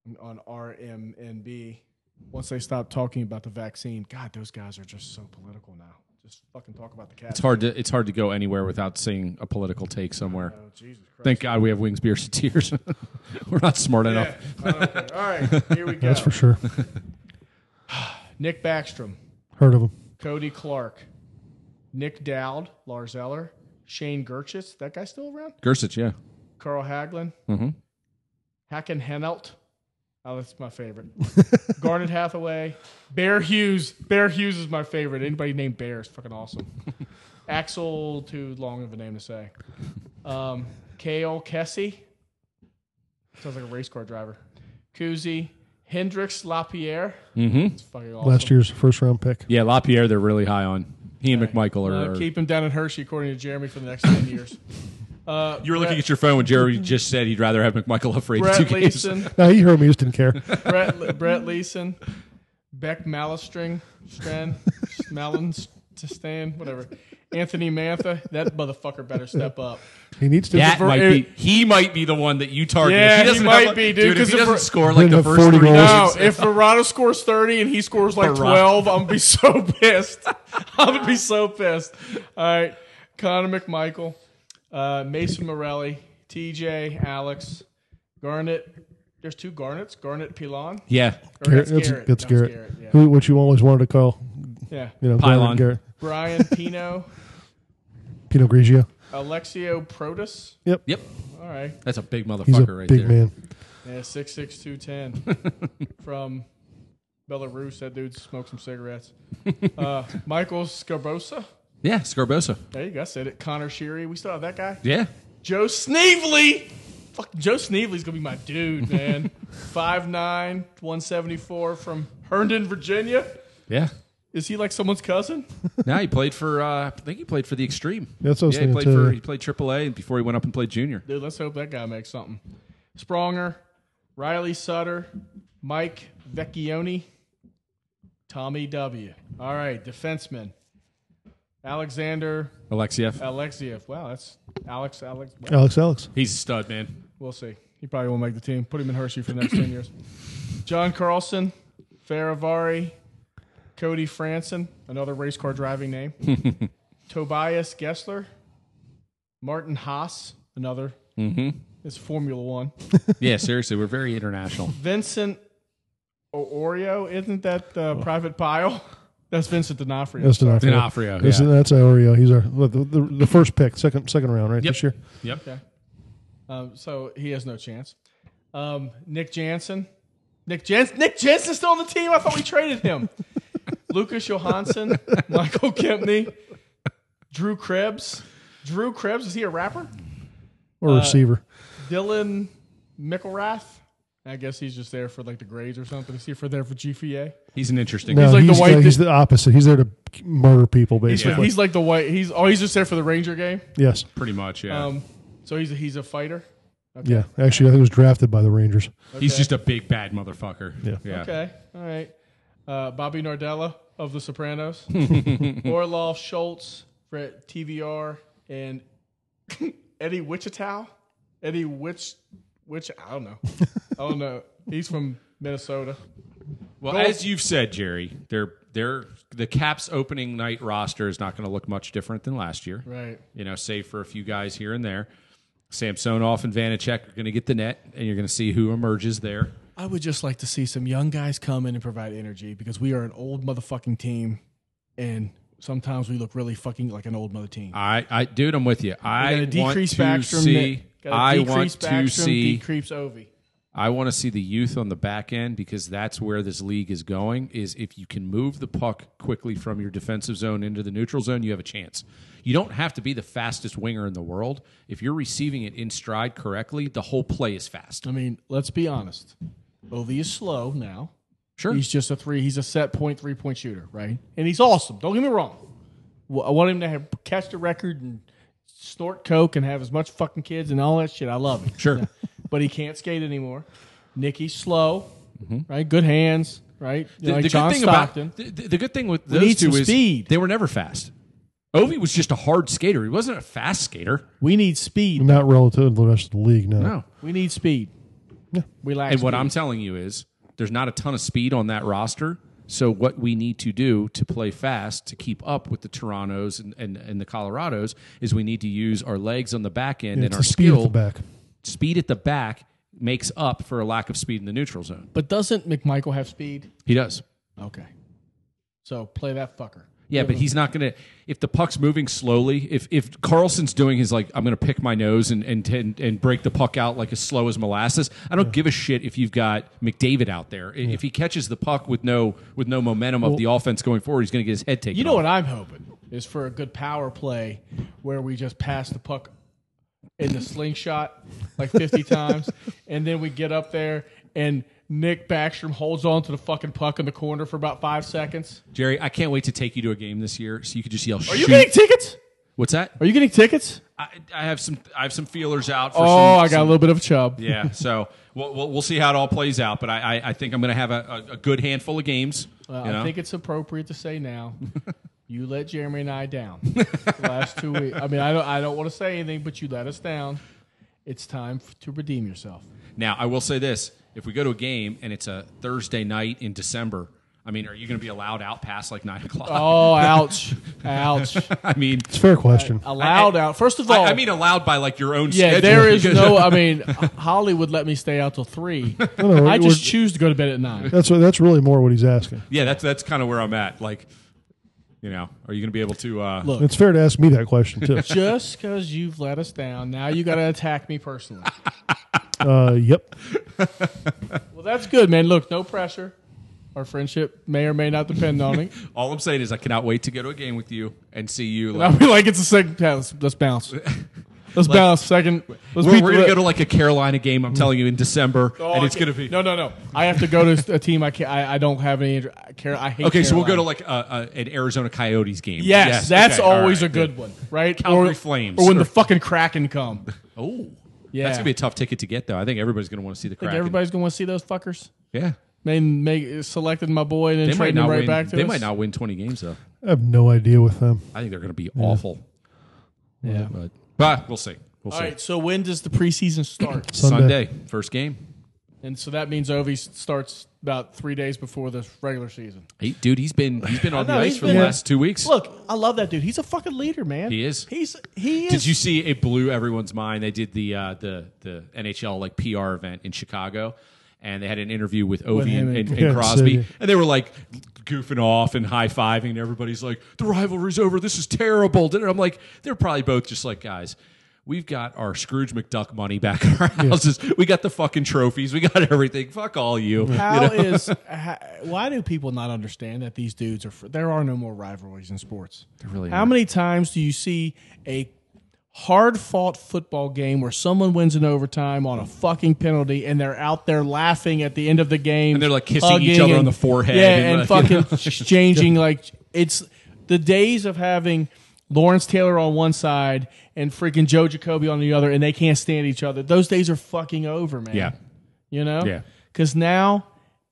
[SPEAKER 2] I'm On RMNB, once they stop talking about the vaccine, God, those guys are just so political now. Just fucking talk about the cat.
[SPEAKER 1] It's hard to it's hard to go anywhere without seeing a political take somewhere.
[SPEAKER 2] Oh, Jesus Christ.
[SPEAKER 1] Thank God we have wings, beers, and tears. *laughs* We're not smart enough.
[SPEAKER 2] Yeah, I don't care. All right, here we go.
[SPEAKER 3] *laughs* That's for sure.
[SPEAKER 2] Nick Backstrom,
[SPEAKER 3] Heard of him?
[SPEAKER 2] Cody Clark, Nick Dowd, Lars Eller, Shane Gerchitz. That guy still around?
[SPEAKER 1] Gersich, yeah. Mm-hmm.
[SPEAKER 2] Carl Hagelin, Hacken Henelt. Oh, that's
[SPEAKER 1] *laughs*
[SPEAKER 2] my favorite. Garnet Hathaway, Bear Hughes. Bear Hughes is my favorite. Anybody named Bear is
[SPEAKER 1] *laughs*
[SPEAKER 2] fucking awesome. Axel, too long of a name to say. Um, Kale Kessie. Sounds like a race car driver. Kuzi, Hendrix Lapierre.
[SPEAKER 1] Mm-hmm.
[SPEAKER 2] It's fucking awesome.
[SPEAKER 3] Last year's first round pick.
[SPEAKER 1] Yeah, Lapierre, they're really high on. He and McMichael
[SPEAKER 2] Uh,
[SPEAKER 1] are. are-
[SPEAKER 2] keep him down in Hershey, according to Jeremy, for the next 10 years. Uh,
[SPEAKER 1] *laughs* you were looking
[SPEAKER 2] Brett-
[SPEAKER 1] at your phone when
[SPEAKER 2] *laughs*
[SPEAKER 1] Jerry just said he'd rather have McMichael up for 82
[SPEAKER 2] Brett
[SPEAKER 1] games.
[SPEAKER 2] Leeson.
[SPEAKER 3] No, he heard me. Just didn't care.
[SPEAKER 2] Brett, Le- Brett Leeson, Beck Malistring, Stren, Smellin, to Stan, whatever. Anthony Mantha, that motherfucker better step up.
[SPEAKER 3] He needs to.
[SPEAKER 1] That
[SPEAKER 2] Ver-
[SPEAKER 1] might be. He might be the one that you target.
[SPEAKER 2] Yeah,
[SPEAKER 1] he, doesn't
[SPEAKER 2] he
[SPEAKER 1] have
[SPEAKER 2] might
[SPEAKER 1] a-
[SPEAKER 2] be, dude,
[SPEAKER 1] If
[SPEAKER 2] 'cause
[SPEAKER 1] he
[SPEAKER 2] if
[SPEAKER 1] doesn't
[SPEAKER 2] Ver-
[SPEAKER 1] score like
[SPEAKER 3] Didn't
[SPEAKER 1] the
[SPEAKER 3] have
[SPEAKER 1] first
[SPEAKER 3] 40
[SPEAKER 1] three
[SPEAKER 3] goals.
[SPEAKER 2] No,
[SPEAKER 1] games,
[SPEAKER 2] if Verano scores 30 and he scores like
[SPEAKER 1] Verano.
[SPEAKER 2] 12, I'm going to be so pissed. *laughs* I'm going to be so pissed. All right. Connor McMichael, uh, Mason Morelli, TJ, Alex, Garnet. There's two Garnets. Garnet Pilon.
[SPEAKER 1] yeah,
[SPEAKER 2] Or
[SPEAKER 3] Garrett- that's, that's
[SPEAKER 2] That was
[SPEAKER 3] Garrett.
[SPEAKER 2] yeah.
[SPEAKER 3] *laughs* Who, what you always wanted to call,
[SPEAKER 2] yeah.
[SPEAKER 3] you know,
[SPEAKER 1] Pylon.
[SPEAKER 3] Garrett,
[SPEAKER 2] Brian Pino.
[SPEAKER 3] Pinot Grigio.
[SPEAKER 2] Alexio Protus.
[SPEAKER 1] yep,
[SPEAKER 2] All right.
[SPEAKER 1] that's a big motherfucker
[SPEAKER 3] He's a
[SPEAKER 1] right
[SPEAKER 3] big
[SPEAKER 1] there.
[SPEAKER 3] man.
[SPEAKER 2] Yeah, six six two ten from Belarus. That dude smoked some cigarettes. Uh, Michael Scarbosa.
[SPEAKER 1] Yeah, Scarbosa.
[SPEAKER 2] There you go. I said it. Connor Sheary. We still have that guy.
[SPEAKER 1] Yeah,
[SPEAKER 2] Joe Sneevely. Fuck, Joe Sneevely's gonna be my dude, man. 5'9", 174 from Herndon, Virginia.
[SPEAKER 1] yeah.
[SPEAKER 2] Is he like someone's cousin?
[SPEAKER 1] now he played for. Uh, I think he played for the Extreme.
[SPEAKER 3] *laughs* That's what I was
[SPEAKER 1] yeah, he
[SPEAKER 3] thinking,
[SPEAKER 1] played
[SPEAKER 3] too,
[SPEAKER 1] for.
[SPEAKER 3] yeah.
[SPEAKER 1] He played AAA and before he went up and played junior.
[SPEAKER 2] Dude, let's hope that guy makes something. Spronger, Riley Sutter, Mike Vecchione, Tommy W. All right, defenseman. Alexander
[SPEAKER 1] Alexiev.
[SPEAKER 2] Alexiev. Wow, that's Alex Alex.
[SPEAKER 3] Alex Alex.
[SPEAKER 1] He's a stud, man.
[SPEAKER 2] We'll see. He probably won't make the team. Put him in Hershey for the next 10 years. John Carlson, Faravari, Cody Franson, another race car driving name. Tobias Gessler, Martin Haas, another. Mm-hmm. It's Formula One.
[SPEAKER 1] Yeah, seriously, we're very international.
[SPEAKER 2] Vincent Oreo, isn't that uh, Private Pile? *laughs* That's Vincent D'Onofrio.
[SPEAKER 3] That's
[SPEAKER 2] Sorry.
[SPEAKER 1] D'Onofrio,
[SPEAKER 3] D'Onofrio. That's,
[SPEAKER 1] yeah.
[SPEAKER 3] that's Oreo. He's our well, the, the, the first pick, second second round, right
[SPEAKER 1] Yep.
[SPEAKER 3] this year.
[SPEAKER 1] Yep.
[SPEAKER 2] Okay. Um, so he has no chance. Um, Nick Jansen. Nick Jansen. Nick Jansen's still on the team. I thought we traded him. Lucas Johansson, Michael Kempney, Drew Krebs. Drew Krebs, is he a rapper?
[SPEAKER 3] Or receiver.
[SPEAKER 2] Dylan Mickelrath, I guess he's just there for like the grades or something. Is he for there for GPA?
[SPEAKER 1] He's an interesting.
[SPEAKER 3] No,
[SPEAKER 2] He's like
[SPEAKER 3] he's,
[SPEAKER 2] the
[SPEAKER 3] he's,
[SPEAKER 2] white
[SPEAKER 3] the, opposite. He's there to murder people,
[SPEAKER 2] He's,
[SPEAKER 3] basically.
[SPEAKER 2] he's like the white. He's oh, he's just there for the Ranger game.
[SPEAKER 3] yes.
[SPEAKER 1] Pretty much, yeah.
[SPEAKER 2] Um, so he's a, he's a fighter.
[SPEAKER 3] Yeah. Actually, I think he was drafted by the Rangers.
[SPEAKER 1] He's
[SPEAKER 2] okay.
[SPEAKER 1] just a big bad motherfucker.
[SPEAKER 3] Yeah.
[SPEAKER 1] yeah.
[SPEAKER 2] Okay, all right. Uh, Bobby Nardella of
[SPEAKER 1] *laughs*
[SPEAKER 2] The Sopranos, Orloff Schultz for TVR, and *laughs* Eddie Wichita. Eddie Witch, which I don't know. I don't know. He's from Minnesota.
[SPEAKER 1] Well,
[SPEAKER 2] Go-
[SPEAKER 1] as you've said, Jerry, they're they're the Caps opening night roster is not going to look much different than last year.
[SPEAKER 2] Right.
[SPEAKER 1] You know, save for a few guys here and there. Samsonov and Vanacek are going to get the net, and you're going to see who emerges there.
[SPEAKER 2] I would just like to see some young guys come in and provide energy because we are an old motherfucking team, and sometimes we look really fucking like an old mother team.
[SPEAKER 1] I, I, dude, I'm with you. I
[SPEAKER 2] gotta
[SPEAKER 1] want to
[SPEAKER 2] decrease Backstrom.
[SPEAKER 1] see.
[SPEAKER 2] gotta
[SPEAKER 1] I
[SPEAKER 2] decrease
[SPEAKER 1] want to
[SPEAKER 2] Backstrom,
[SPEAKER 1] see.
[SPEAKER 2] decrease Ovi.
[SPEAKER 1] I want to see the youth on the back end because that's where this league is going. Is if you can move the puck quickly from your defensive zone into the neutral zone, you have a chance. You don't have to be the fastest winger in the world. If you're receiving it in stride correctly, the whole play is fast.
[SPEAKER 2] I mean, let's be honest. Ovi is slow now.
[SPEAKER 1] Sure.
[SPEAKER 2] He's just a three. He's a set point three point shooter, right? And he's awesome. Don't get me wrong. Well, I want him to have, catch the record and snort coke and have as much fucking kids and all that shit. I love it.
[SPEAKER 1] Sure.
[SPEAKER 2] but he can't skate anymore. Nicky's slow, right? Good hands, right?
[SPEAKER 1] Mm-hmm.
[SPEAKER 2] You
[SPEAKER 1] The,
[SPEAKER 2] like
[SPEAKER 1] the
[SPEAKER 2] John
[SPEAKER 1] good thing
[SPEAKER 2] Stockton.
[SPEAKER 1] about the, the- the good thing with
[SPEAKER 2] We
[SPEAKER 1] those
[SPEAKER 2] need
[SPEAKER 1] two
[SPEAKER 2] some
[SPEAKER 1] is
[SPEAKER 2] speed.
[SPEAKER 1] they were never fast. Ovi was just a hard skater. He wasn't a fast skater.
[SPEAKER 2] we need speed.
[SPEAKER 3] Not relative to the rest of the league, no.
[SPEAKER 1] No.
[SPEAKER 2] We need speed. We lack
[SPEAKER 1] Mm-hmm. And what
[SPEAKER 2] speed.
[SPEAKER 1] I'm telling you is there's not a ton of speed on that roster. So what we need to do to play fast to keep up with the Torontos and, and, and the Colorados is we need to use our legs on the back end and
[SPEAKER 3] it's
[SPEAKER 1] our
[SPEAKER 3] the speed at
[SPEAKER 1] skill
[SPEAKER 3] the back.
[SPEAKER 1] speed at the back makes up for a lack of speed in the neutral zone.
[SPEAKER 2] But doesn't McMichael have speed?
[SPEAKER 1] He does.
[SPEAKER 2] Okay. So play that fucker.
[SPEAKER 1] Yeah, but he's not gonna if the puck's moving slowly, if if Carlson's doing his like I'm gonna pick my nose and and and, and break the puck out like as slow as molasses, I don't give a shit if you've got McDavid out there. I- If he catches the puck with no with no momentum of the offense going forward, he's gonna get his head taken.
[SPEAKER 2] You know
[SPEAKER 1] off.
[SPEAKER 2] what I'm hoping is for a good power play where we just pass the puck in the slingshot like 50 *laughs* times, and then we get up there and Nick Backstrom holds on to the fucking puck in the corner for about five seconds.
[SPEAKER 1] Jerry, I can't wait to take you to a game this year so you could just yell
[SPEAKER 2] Are
[SPEAKER 1] shoot.
[SPEAKER 2] you getting tickets?
[SPEAKER 1] What's that?
[SPEAKER 2] Are you getting tickets?
[SPEAKER 1] I, I have some I have some feelers out for
[SPEAKER 2] Oh,
[SPEAKER 1] some-
[SPEAKER 2] I got a little bit of a
[SPEAKER 1] *laughs*
[SPEAKER 2] chub.
[SPEAKER 1] Yeah, so we'll, we'll, we'll see how it all plays out, but I, I, I think I'm going to have a, a, a good handful of games.
[SPEAKER 2] Uh,
[SPEAKER 1] you
[SPEAKER 2] I
[SPEAKER 1] know?
[SPEAKER 2] think it's appropriate to say *laughs* now. You let Jeremy and I *laughs* down the last two weeks. I mean, I don't, I don't want to say anything, but you let us down. It's time f- to redeem yourself. *laughs*
[SPEAKER 1] Now, I will say this: if we go to a game and it's a Thursday night in December, I mean, are you going to be allowed out past like nine o'clock?
[SPEAKER 2] Oh, ouch, ouch!
[SPEAKER 1] *laughs* I mean,
[SPEAKER 3] It's a fair question.
[SPEAKER 2] Allowed out. First of
[SPEAKER 1] I,
[SPEAKER 2] all,
[SPEAKER 1] I mean allowed by like your own.
[SPEAKER 2] yeah,
[SPEAKER 1] schedule
[SPEAKER 2] there is
[SPEAKER 1] because-
[SPEAKER 2] no. I mean, Holly would let me stay out till three.
[SPEAKER 3] *laughs* no,
[SPEAKER 2] I
[SPEAKER 3] we're-
[SPEAKER 2] just choose to go to bed at nine. *laughs*
[SPEAKER 3] that's what, that's really more what he's asking.
[SPEAKER 1] *laughs* yeah, that's that's kind of where I'm at. Like, you know, are you going to be able to? Uh,
[SPEAKER 2] Look.
[SPEAKER 3] It's fair to ask me that question
[SPEAKER 2] *laughs*
[SPEAKER 3] too.
[SPEAKER 2] Just because you've let us down, now you got to attack me personally.
[SPEAKER 3] uh, yep.
[SPEAKER 2] Well, that's good, man. Look, no pressure. Our friendship may or may not depend on
[SPEAKER 1] *laughs*
[SPEAKER 2] it.
[SPEAKER 1] all I'm saying is I cannot wait to go to a game with you and see you.
[SPEAKER 2] I
[SPEAKER 1] Like,
[SPEAKER 2] mean, like it's a second. Yeah, let's, let's *laughs* bounce. Let's bounce. Second. Let's
[SPEAKER 1] we're
[SPEAKER 2] beat
[SPEAKER 1] we're
[SPEAKER 2] the-
[SPEAKER 1] going to go to like a Carolina game. I'm telling you in December,
[SPEAKER 2] Oh,
[SPEAKER 1] and
[SPEAKER 2] I
[SPEAKER 1] it's
[SPEAKER 2] can't-
[SPEAKER 1] going to be.
[SPEAKER 2] No, no, no. I have to go to a team. I can't. I, I don't have any. inter- I care. I hate.
[SPEAKER 1] Okay, so we'll go
[SPEAKER 2] Carolina.
[SPEAKER 1] to like a, a, an Arizona Coyotes game.
[SPEAKER 2] Yes, that's
[SPEAKER 1] okay, all
[SPEAKER 2] always
[SPEAKER 1] right,
[SPEAKER 2] a good one, right?
[SPEAKER 1] Calgary
[SPEAKER 2] or,
[SPEAKER 1] Flames.
[SPEAKER 2] or when the
[SPEAKER 1] Or-
[SPEAKER 2] fucking
[SPEAKER 1] *laughs*
[SPEAKER 2] Kraken come.
[SPEAKER 1] Oh,
[SPEAKER 2] Yeah.
[SPEAKER 1] that's gonna be a tough ticket to get though. I think everybody's gonna want to see the
[SPEAKER 2] Think
[SPEAKER 1] Kraken.
[SPEAKER 2] everybody's gonna want to see those fuckers.
[SPEAKER 1] yeah,
[SPEAKER 2] They make selected my boy and then
[SPEAKER 1] they might
[SPEAKER 2] trading him
[SPEAKER 1] not
[SPEAKER 2] right
[SPEAKER 1] win.
[SPEAKER 2] back to
[SPEAKER 1] they
[SPEAKER 2] us.
[SPEAKER 1] might not win twenty games though.
[SPEAKER 3] I have no idea with them.
[SPEAKER 1] I think they're going to be awful.
[SPEAKER 2] Yeah.
[SPEAKER 1] But but we'll see. We'll
[SPEAKER 2] All
[SPEAKER 1] see.
[SPEAKER 2] right. So when does the preseason *coughs* start?
[SPEAKER 1] Sunday. first game.
[SPEAKER 2] and so that means Ovi starts about three days before the regular season.
[SPEAKER 1] He, dude, he's been he's been on
[SPEAKER 2] know,
[SPEAKER 1] the ice
[SPEAKER 2] he's
[SPEAKER 1] for the
[SPEAKER 2] been-
[SPEAKER 1] last two weeks.
[SPEAKER 2] Look, I love that dude. He's a fucking leader, man.
[SPEAKER 1] He is.
[SPEAKER 2] He's he is.
[SPEAKER 1] Did you *laughs* see it blew everyone's mind? They did the uh, the the NHL like PR event in Chicago, and they had an interview with Ovi
[SPEAKER 2] him
[SPEAKER 1] and,
[SPEAKER 2] and-
[SPEAKER 3] *laughs*
[SPEAKER 1] and,
[SPEAKER 3] Yeah, so
[SPEAKER 1] Crosby,
[SPEAKER 3] did-
[SPEAKER 1] and they were like goofing off and high fiving, and everybody's like, "The rivalry's over. This is terrible." And I'm like, they're probably both just like guys. We've got our Scrooge McDuck money back in our houses. We got the fucking trophies. We got everything. Fuck all you.
[SPEAKER 2] How is how, why do people not understand that these dudes are fr- there are no more rivalries in sports?
[SPEAKER 1] really
[SPEAKER 2] how
[SPEAKER 1] aren't.
[SPEAKER 2] many times do you see a hard fought football game where someone wins in overtime on a fucking penalty and they're out there laughing at the end of the game.
[SPEAKER 1] And they're, like, kissing each other on the forehead
[SPEAKER 2] Yeah,
[SPEAKER 1] and,
[SPEAKER 2] and,
[SPEAKER 1] like, *laughs* you
[SPEAKER 2] fucking exchanging like it's the days of having Lawrence Taylor on one side and freaking Joe Jacoby on the other and they can't stand each other. Those days are fucking over, man.
[SPEAKER 1] Yeah.
[SPEAKER 2] You know?
[SPEAKER 1] Yeah.
[SPEAKER 2] Because now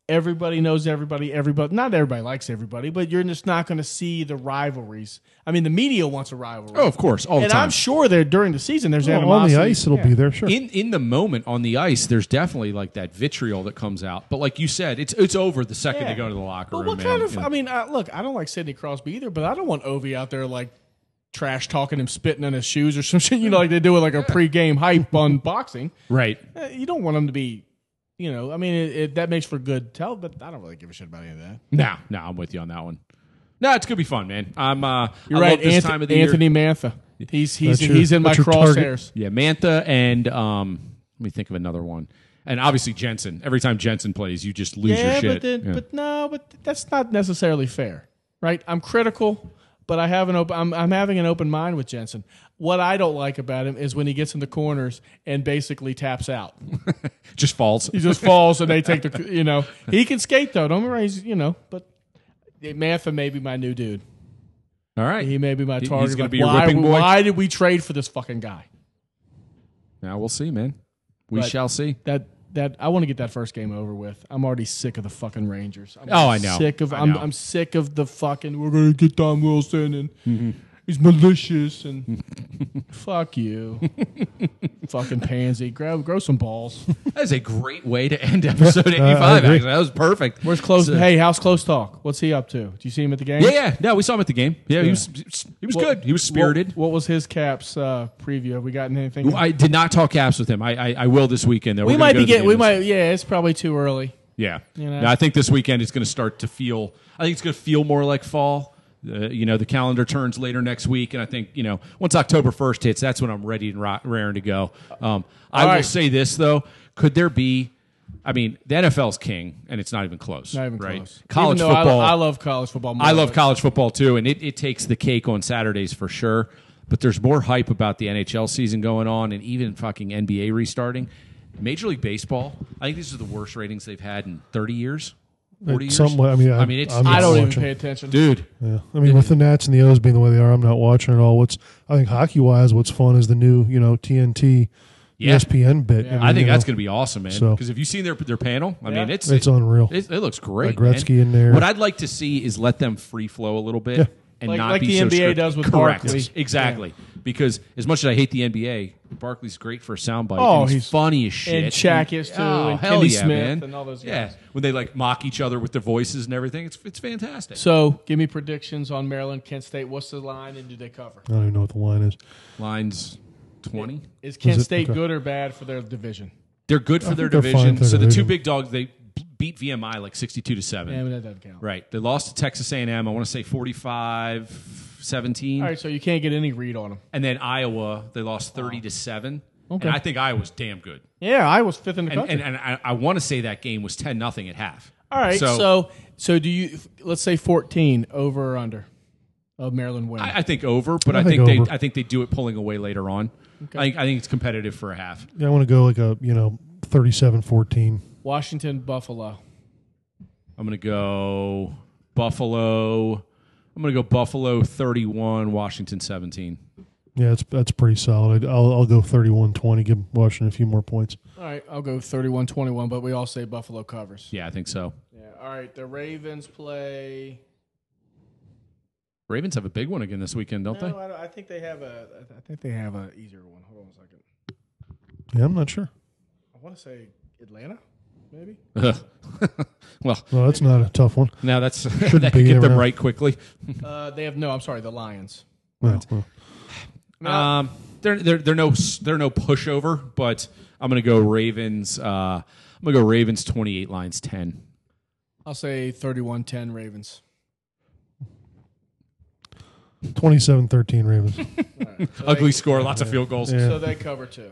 [SPEAKER 2] everybody knows everybody. Everybody, not everybody likes everybody, but you're just not going to see the rivalries. I mean, the media wants a rivalry.
[SPEAKER 1] Oh, of course, all the
[SPEAKER 2] and
[SPEAKER 1] time. Oh,
[SPEAKER 2] I'm sure that during the season there's
[SPEAKER 3] Well, on
[SPEAKER 2] animosity.
[SPEAKER 3] the ice, it'll be there. Sure.
[SPEAKER 1] in in the moment on the ice, there's definitely like that vitriol that comes out. But like you said, it's it's over the second
[SPEAKER 2] Yeah.
[SPEAKER 1] they go to the locker
[SPEAKER 2] But
[SPEAKER 1] room.
[SPEAKER 2] what
[SPEAKER 1] man.
[SPEAKER 2] kind of?
[SPEAKER 1] You know.
[SPEAKER 2] I mean, uh, look, I don't like Sidney Crosby either, but I don't want Ovi out there like trash talking him, spitting in his shoes or some *laughs* shit. You know, like they do with like a pregame hype on *laughs* boxing.
[SPEAKER 1] right?
[SPEAKER 2] Uh, You don't want him to be. You know, I mean, it, it, that makes for good tell, but I don't really give a shit about any of that.
[SPEAKER 1] No, no, I'm with you on that one. No, it's gonna be fun, man. I'm. Uh,
[SPEAKER 2] You're
[SPEAKER 1] I
[SPEAKER 2] right,
[SPEAKER 1] love this
[SPEAKER 2] Anthony,
[SPEAKER 1] time of the
[SPEAKER 2] Anthony
[SPEAKER 1] year.
[SPEAKER 2] Mantha. He's he's
[SPEAKER 3] That's your-
[SPEAKER 2] he's in my
[SPEAKER 3] that's your target.
[SPEAKER 2] crosshairs.
[SPEAKER 1] Yeah, Mantha and um, let me think of another one. And obviously Jensen. Every time Jensen plays, you just lose your
[SPEAKER 2] Yeah,
[SPEAKER 1] shit.
[SPEAKER 2] but then,
[SPEAKER 1] Yeah.
[SPEAKER 2] but no, but that's not necessarily fair, right? I'm critical, but I have an open. I'm, I'm having an open mind with Jensen. What I don't like about him is when he gets in the corners and basically taps out.
[SPEAKER 1] just falls.
[SPEAKER 2] He *laughs* just falls, and they take the. You know, he can skate though. Don't worry, he's, you know. But Mantha may be my new dude.
[SPEAKER 1] All right.
[SPEAKER 2] He may be my
[SPEAKER 1] He- he's
[SPEAKER 2] target.
[SPEAKER 1] gonna
[SPEAKER 2] Like,
[SPEAKER 1] be your
[SPEAKER 2] why,
[SPEAKER 1] whipping boy?
[SPEAKER 2] Why did we trade for this fucking guy?
[SPEAKER 1] now we'll see, man. We
[SPEAKER 2] Right.
[SPEAKER 1] shall
[SPEAKER 2] *laughs*
[SPEAKER 1] see.
[SPEAKER 2] That that I want to get that first game over with. I'm already sick of the fucking Rangers. I'm
[SPEAKER 1] Oh, I know.
[SPEAKER 2] Sick of
[SPEAKER 1] I
[SPEAKER 2] I'm
[SPEAKER 1] know.
[SPEAKER 2] I'm sick of the fucking. We're gonna get Tom Wilson and he's
[SPEAKER 1] *laughs*
[SPEAKER 2] malicious and fuck you, *laughs* fucking pansy. Grab grow
[SPEAKER 1] *laughs*
[SPEAKER 2] some balls.
[SPEAKER 1] That is a great way to end
[SPEAKER 2] *laughs*
[SPEAKER 1] episode 85.
[SPEAKER 3] agree.
[SPEAKER 1] actually. That was perfect.
[SPEAKER 2] Where's close?
[SPEAKER 1] So-
[SPEAKER 2] hey, how's close talk? What's he up to? Do you see him at the game?
[SPEAKER 1] Yeah, yeah. No, we saw him at the game. Yeah, he was he was
[SPEAKER 2] What-
[SPEAKER 1] good. He was spirited.
[SPEAKER 2] What, what was his caps uh, preview? Have we gotten anything?
[SPEAKER 1] I did not talk caps with him. I I, I will this weekend. Though.
[SPEAKER 2] we
[SPEAKER 1] We're gonna
[SPEAKER 2] might
[SPEAKER 1] go
[SPEAKER 2] be
[SPEAKER 1] to the
[SPEAKER 2] getting.
[SPEAKER 1] game
[SPEAKER 2] We
[SPEAKER 1] this-
[SPEAKER 2] might. Yeah, it's probably too early.
[SPEAKER 1] Yeah.
[SPEAKER 2] know?
[SPEAKER 1] No, I think this weekend it's going to start to feel. I think it's going to feel more like fall. Uh, you know, the calendar turns later next week, and I think you know once October first hits, that's when I'm ready and ro- raring to go. Um, I
[SPEAKER 2] All
[SPEAKER 1] will
[SPEAKER 2] right.
[SPEAKER 1] say this though: could there be? I mean, the NFL's king, and it's not even close.
[SPEAKER 2] Not even
[SPEAKER 1] right?
[SPEAKER 2] close.
[SPEAKER 1] College
[SPEAKER 2] Even though I-
[SPEAKER 1] football.
[SPEAKER 2] I, love college football. More
[SPEAKER 1] I love
[SPEAKER 2] but-
[SPEAKER 1] college football too, and it, it takes the cake on Saturdays for sure. But there's more hype about the NHL season going on and even fucking NBA restarting. Major League Baseball, I think these are the worst ratings they've had in 30 years, 40 years.
[SPEAKER 3] Some way- I mean, I,
[SPEAKER 1] I mean, it's-
[SPEAKER 3] I'm
[SPEAKER 2] I
[SPEAKER 3] not
[SPEAKER 2] don't even
[SPEAKER 3] watching.
[SPEAKER 2] pay attention.
[SPEAKER 1] Dude,
[SPEAKER 3] Yeah. I mean, with the Nats and the O's being the way they are, I'm not watching at all. What's I think hockey wise, what's fun is the new you know TNT, E
[SPEAKER 1] Yeah.
[SPEAKER 3] ESPN bit. mean,
[SPEAKER 1] I think
[SPEAKER 3] you
[SPEAKER 1] that's
[SPEAKER 3] know,
[SPEAKER 1] going to be awesome, man.
[SPEAKER 3] So-
[SPEAKER 1] Because if you've seen their their panel, I mean,
[SPEAKER 2] Yeah.
[SPEAKER 1] it's
[SPEAKER 3] It's unreal.
[SPEAKER 1] It, it looks great.
[SPEAKER 3] Like Gretzky
[SPEAKER 1] man.
[SPEAKER 3] in there.
[SPEAKER 1] What I'd like to see is let them free flow a little bit
[SPEAKER 3] Yeah.
[SPEAKER 1] and
[SPEAKER 2] Like-
[SPEAKER 1] not
[SPEAKER 2] like
[SPEAKER 1] be
[SPEAKER 2] the
[SPEAKER 1] so
[SPEAKER 2] NBA
[SPEAKER 1] strict.
[SPEAKER 2] does with
[SPEAKER 1] Correct.
[SPEAKER 2] Barkley.
[SPEAKER 1] Exactly. Because as much as I hate the NBA, Barkley's great for a soundbite.
[SPEAKER 2] Oh,
[SPEAKER 1] and he's,
[SPEAKER 2] he's-
[SPEAKER 1] funny as shit.
[SPEAKER 2] and Shaq is too,
[SPEAKER 1] Oh,
[SPEAKER 2] and
[SPEAKER 1] hell
[SPEAKER 2] Kenny
[SPEAKER 1] yeah,
[SPEAKER 2] Smith
[SPEAKER 1] man.
[SPEAKER 2] and all those
[SPEAKER 1] Yeah,
[SPEAKER 2] guys.
[SPEAKER 1] when they like mock each other with their voices and everything, it's it's fantastic.
[SPEAKER 2] So, give me predictions on Maryland, Kent State. What's the line, and do they cover?
[SPEAKER 3] I don't even know what the line is.
[SPEAKER 1] Lines twenty.
[SPEAKER 2] Is Kent
[SPEAKER 3] it-
[SPEAKER 2] State
[SPEAKER 3] okay.
[SPEAKER 2] good or bad for their division?
[SPEAKER 1] They're good for their
[SPEAKER 3] they're fine
[SPEAKER 1] division.
[SPEAKER 3] for their
[SPEAKER 1] so the two
[SPEAKER 3] division.
[SPEAKER 1] big dogs they b- beat VMI like sixty-two to seven.
[SPEAKER 2] Yeah, but that doesn't count.
[SPEAKER 1] Right. They lost to Texas A&M. I want to say 45 17.
[SPEAKER 2] All right, so you can't get any read on them.
[SPEAKER 1] And then Iowa, they lost 30 to 7.
[SPEAKER 2] Okay.
[SPEAKER 1] And I think Iowa's damn good.
[SPEAKER 2] Yeah, I was fifth in the
[SPEAKER 1] And,
[SPEAKER 2] country.
[SPEAKER 1] and, and I, I want to say that game was 10 nothing at half.
[SPEAKER 2] All right, so, so do you? Let's say fourteen over or under of Maryland win.
[SPEAKER 1] I, I think over, but I,
[SPEAKER 3] I
[SPEAKER 1] think,
[SPEAKER 3] think
[SPEAKER 1] they
[SPEAKER 3] over.
[SPEAKER 1] I think they do it pulling away later on. I, think, I think it's competitive for a half.
[SPEAKER 3] Yeah, I want to go like a you know 37-14.
[SPEAKER 2] Washington Buffalo.
[SPEAKER 1] I'm going to go Buffalo. I'm going to go Buffalo 31, Washington 17.
[SPEAKER 3] Yeah, it's that's pretty solid. I'll I'll go 31-20. Give Washington a few more points.
[SPEAKER 2] All right, I'll go 31-21, but we all say Buffalo covers.
[SPEAKER 1] Yeah, I think so.
[SPEAKER 2] Yeah. All right, the Ravens play.
[SPEAKER 1] Ravens have a big one again this weekend, don't
[SPEAKER 2] No, I, don't, I think they have a. I think they have a easier one. Hold on a second.
[SPEAKER 3] Yeah, I'm not sure.
[SPEAKER 2] I want to say Atlanta, maybe.
[SPEAKER 1] they? *laughs* well,
[SPEAKER 3] Well, that's not a tough one.
[SPEAKER 1] Now that's *laughs*
[SPEAKER 3] Should
[SPEAKER 1] that
[SPEAKER 3] be,
[SPEAKER 1] could get
[SPEAKER 3] never
[SPEAKER 1] them
[SPEAKER 3] know.
[SPEAKER 1] right quickly.
[SPEAKER 2] Uh, they have no. I'm sorry, the Lions.
[SPEAKER 3] No, well,
[SPEAKER 1] Um, they're they're they're no they're no pushover, but I'm gonna go Ravens. Uh, I'm gonna go Ravens 28 lines 10.
[SPEAKER 2] I'll say 31-10 Ravens.
[SPEAKER 1] *laughs*
[SPEAKER 3] 27-13 Ravens.
[SPEAKER 1] Ugly score, lots of field goals.
[SPEAKER 3] Yeah.
[SPEAKER 2] So they cover two.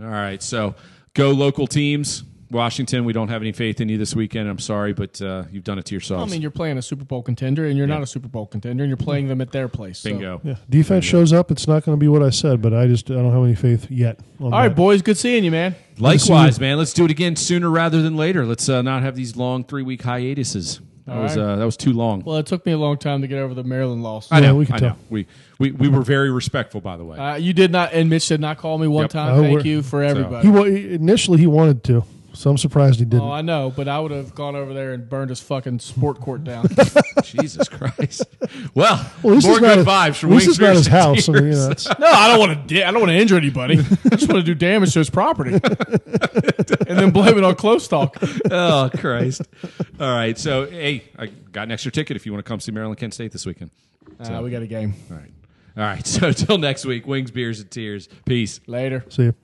[SPEAKER 1] All right, so go local teams. Washington, we don't have any faith in you this weekend. I'm sorry, but uh, you've done it to
[SPEAKER 2] I
[SPEAKER 1] yourselves.
[SPEAKER 2] mean, you're playing a Super Bowl contender, and you're not a Super Bowl contender, and you're playing them at their place. so-
[SPEAKER 1] Bingo.
[SPEAKER 3] Yeah, defense shows up. It's not going to be what I said, but I just I don't have any faith yet. On
[SPEAKER 2] All right,
[SPEAKER 3] that.
[SPEAKER 2] boys. Good seeing you, man.
[SPEAKER 1] Likewise, man. Let's do it again sooner rather than later. Let's uh, not have these long three week hiatuses. That
[SPEAKER 2] All
[SPEAKER 1] was
[SPEAKER 2] right.
[SPEAKER 1] uh, that was too long.
[SPEAKER 2] Well, it took me a long time to get over the Maryland loss.
[SPEAKER 1] I
[SPEAKER 3] Yeah,
[SPEAKER 1] know.
[SPEAKER 3] we can
[SPEAKER 1] I
[SPEAKER 3] tell.
[SPEAKER 1] know. We, we we were very respectful, by the way.
[SPEAKER 2] Uh, you did not, and Mitch did not call me one
[SPEAKER 1] Yep.
[SPEAKER 2] time.
[SPEAKER 3] No,
[SPEAKER 2] Thank
[SPEAKER 3] we're-
[SPEAKER 2] you for everybody.
[SPEAKER 3] He wa- initially he wanted to, so I'm surprised he didn't.
[SPEAKER 2] oh, I know, but I would have gone over there and burned his fucking sport court down. *laughs*
[SPEAKER 1] Jesus Christ. *laughs* Well,
[SPEAKER 3] well, this
[SPEAKER 1] more
[SPEAKER 3] is not
[SPEAKER 1] good
[SPEAKER 3] his,
[SPEAKER 1] vibes from
[SPEAKER 3] This
[SPEAKER 1] Wings
[SPEAKER 3] is not
[SPEAKER 1] versus
[SPEAKER 3] his house. I mean, you
[SPEAKER 1] Tears.
[SPEAKER 3] know,
[SPEAKER 1] *laughs*
[SPEAKER 3] it's-
[SPEAKER 2] no, I don't want to. I don't want to injure anybody. I just want to do damage to his property, *laughs* and then blame it on close talk.
[SPEAKER 1] oh Christ! All right, so hey, I got an extra ticket if you want to come see Maryland Kent State this weekend.
[SPEAKER 2] Uh, we got a game
[SPEAKER 1] *laughs* All right, all right. So until next week, wings, beers, and tears. Peace.
[SPEAKER 2] later.
[SPEAKER 3] see you.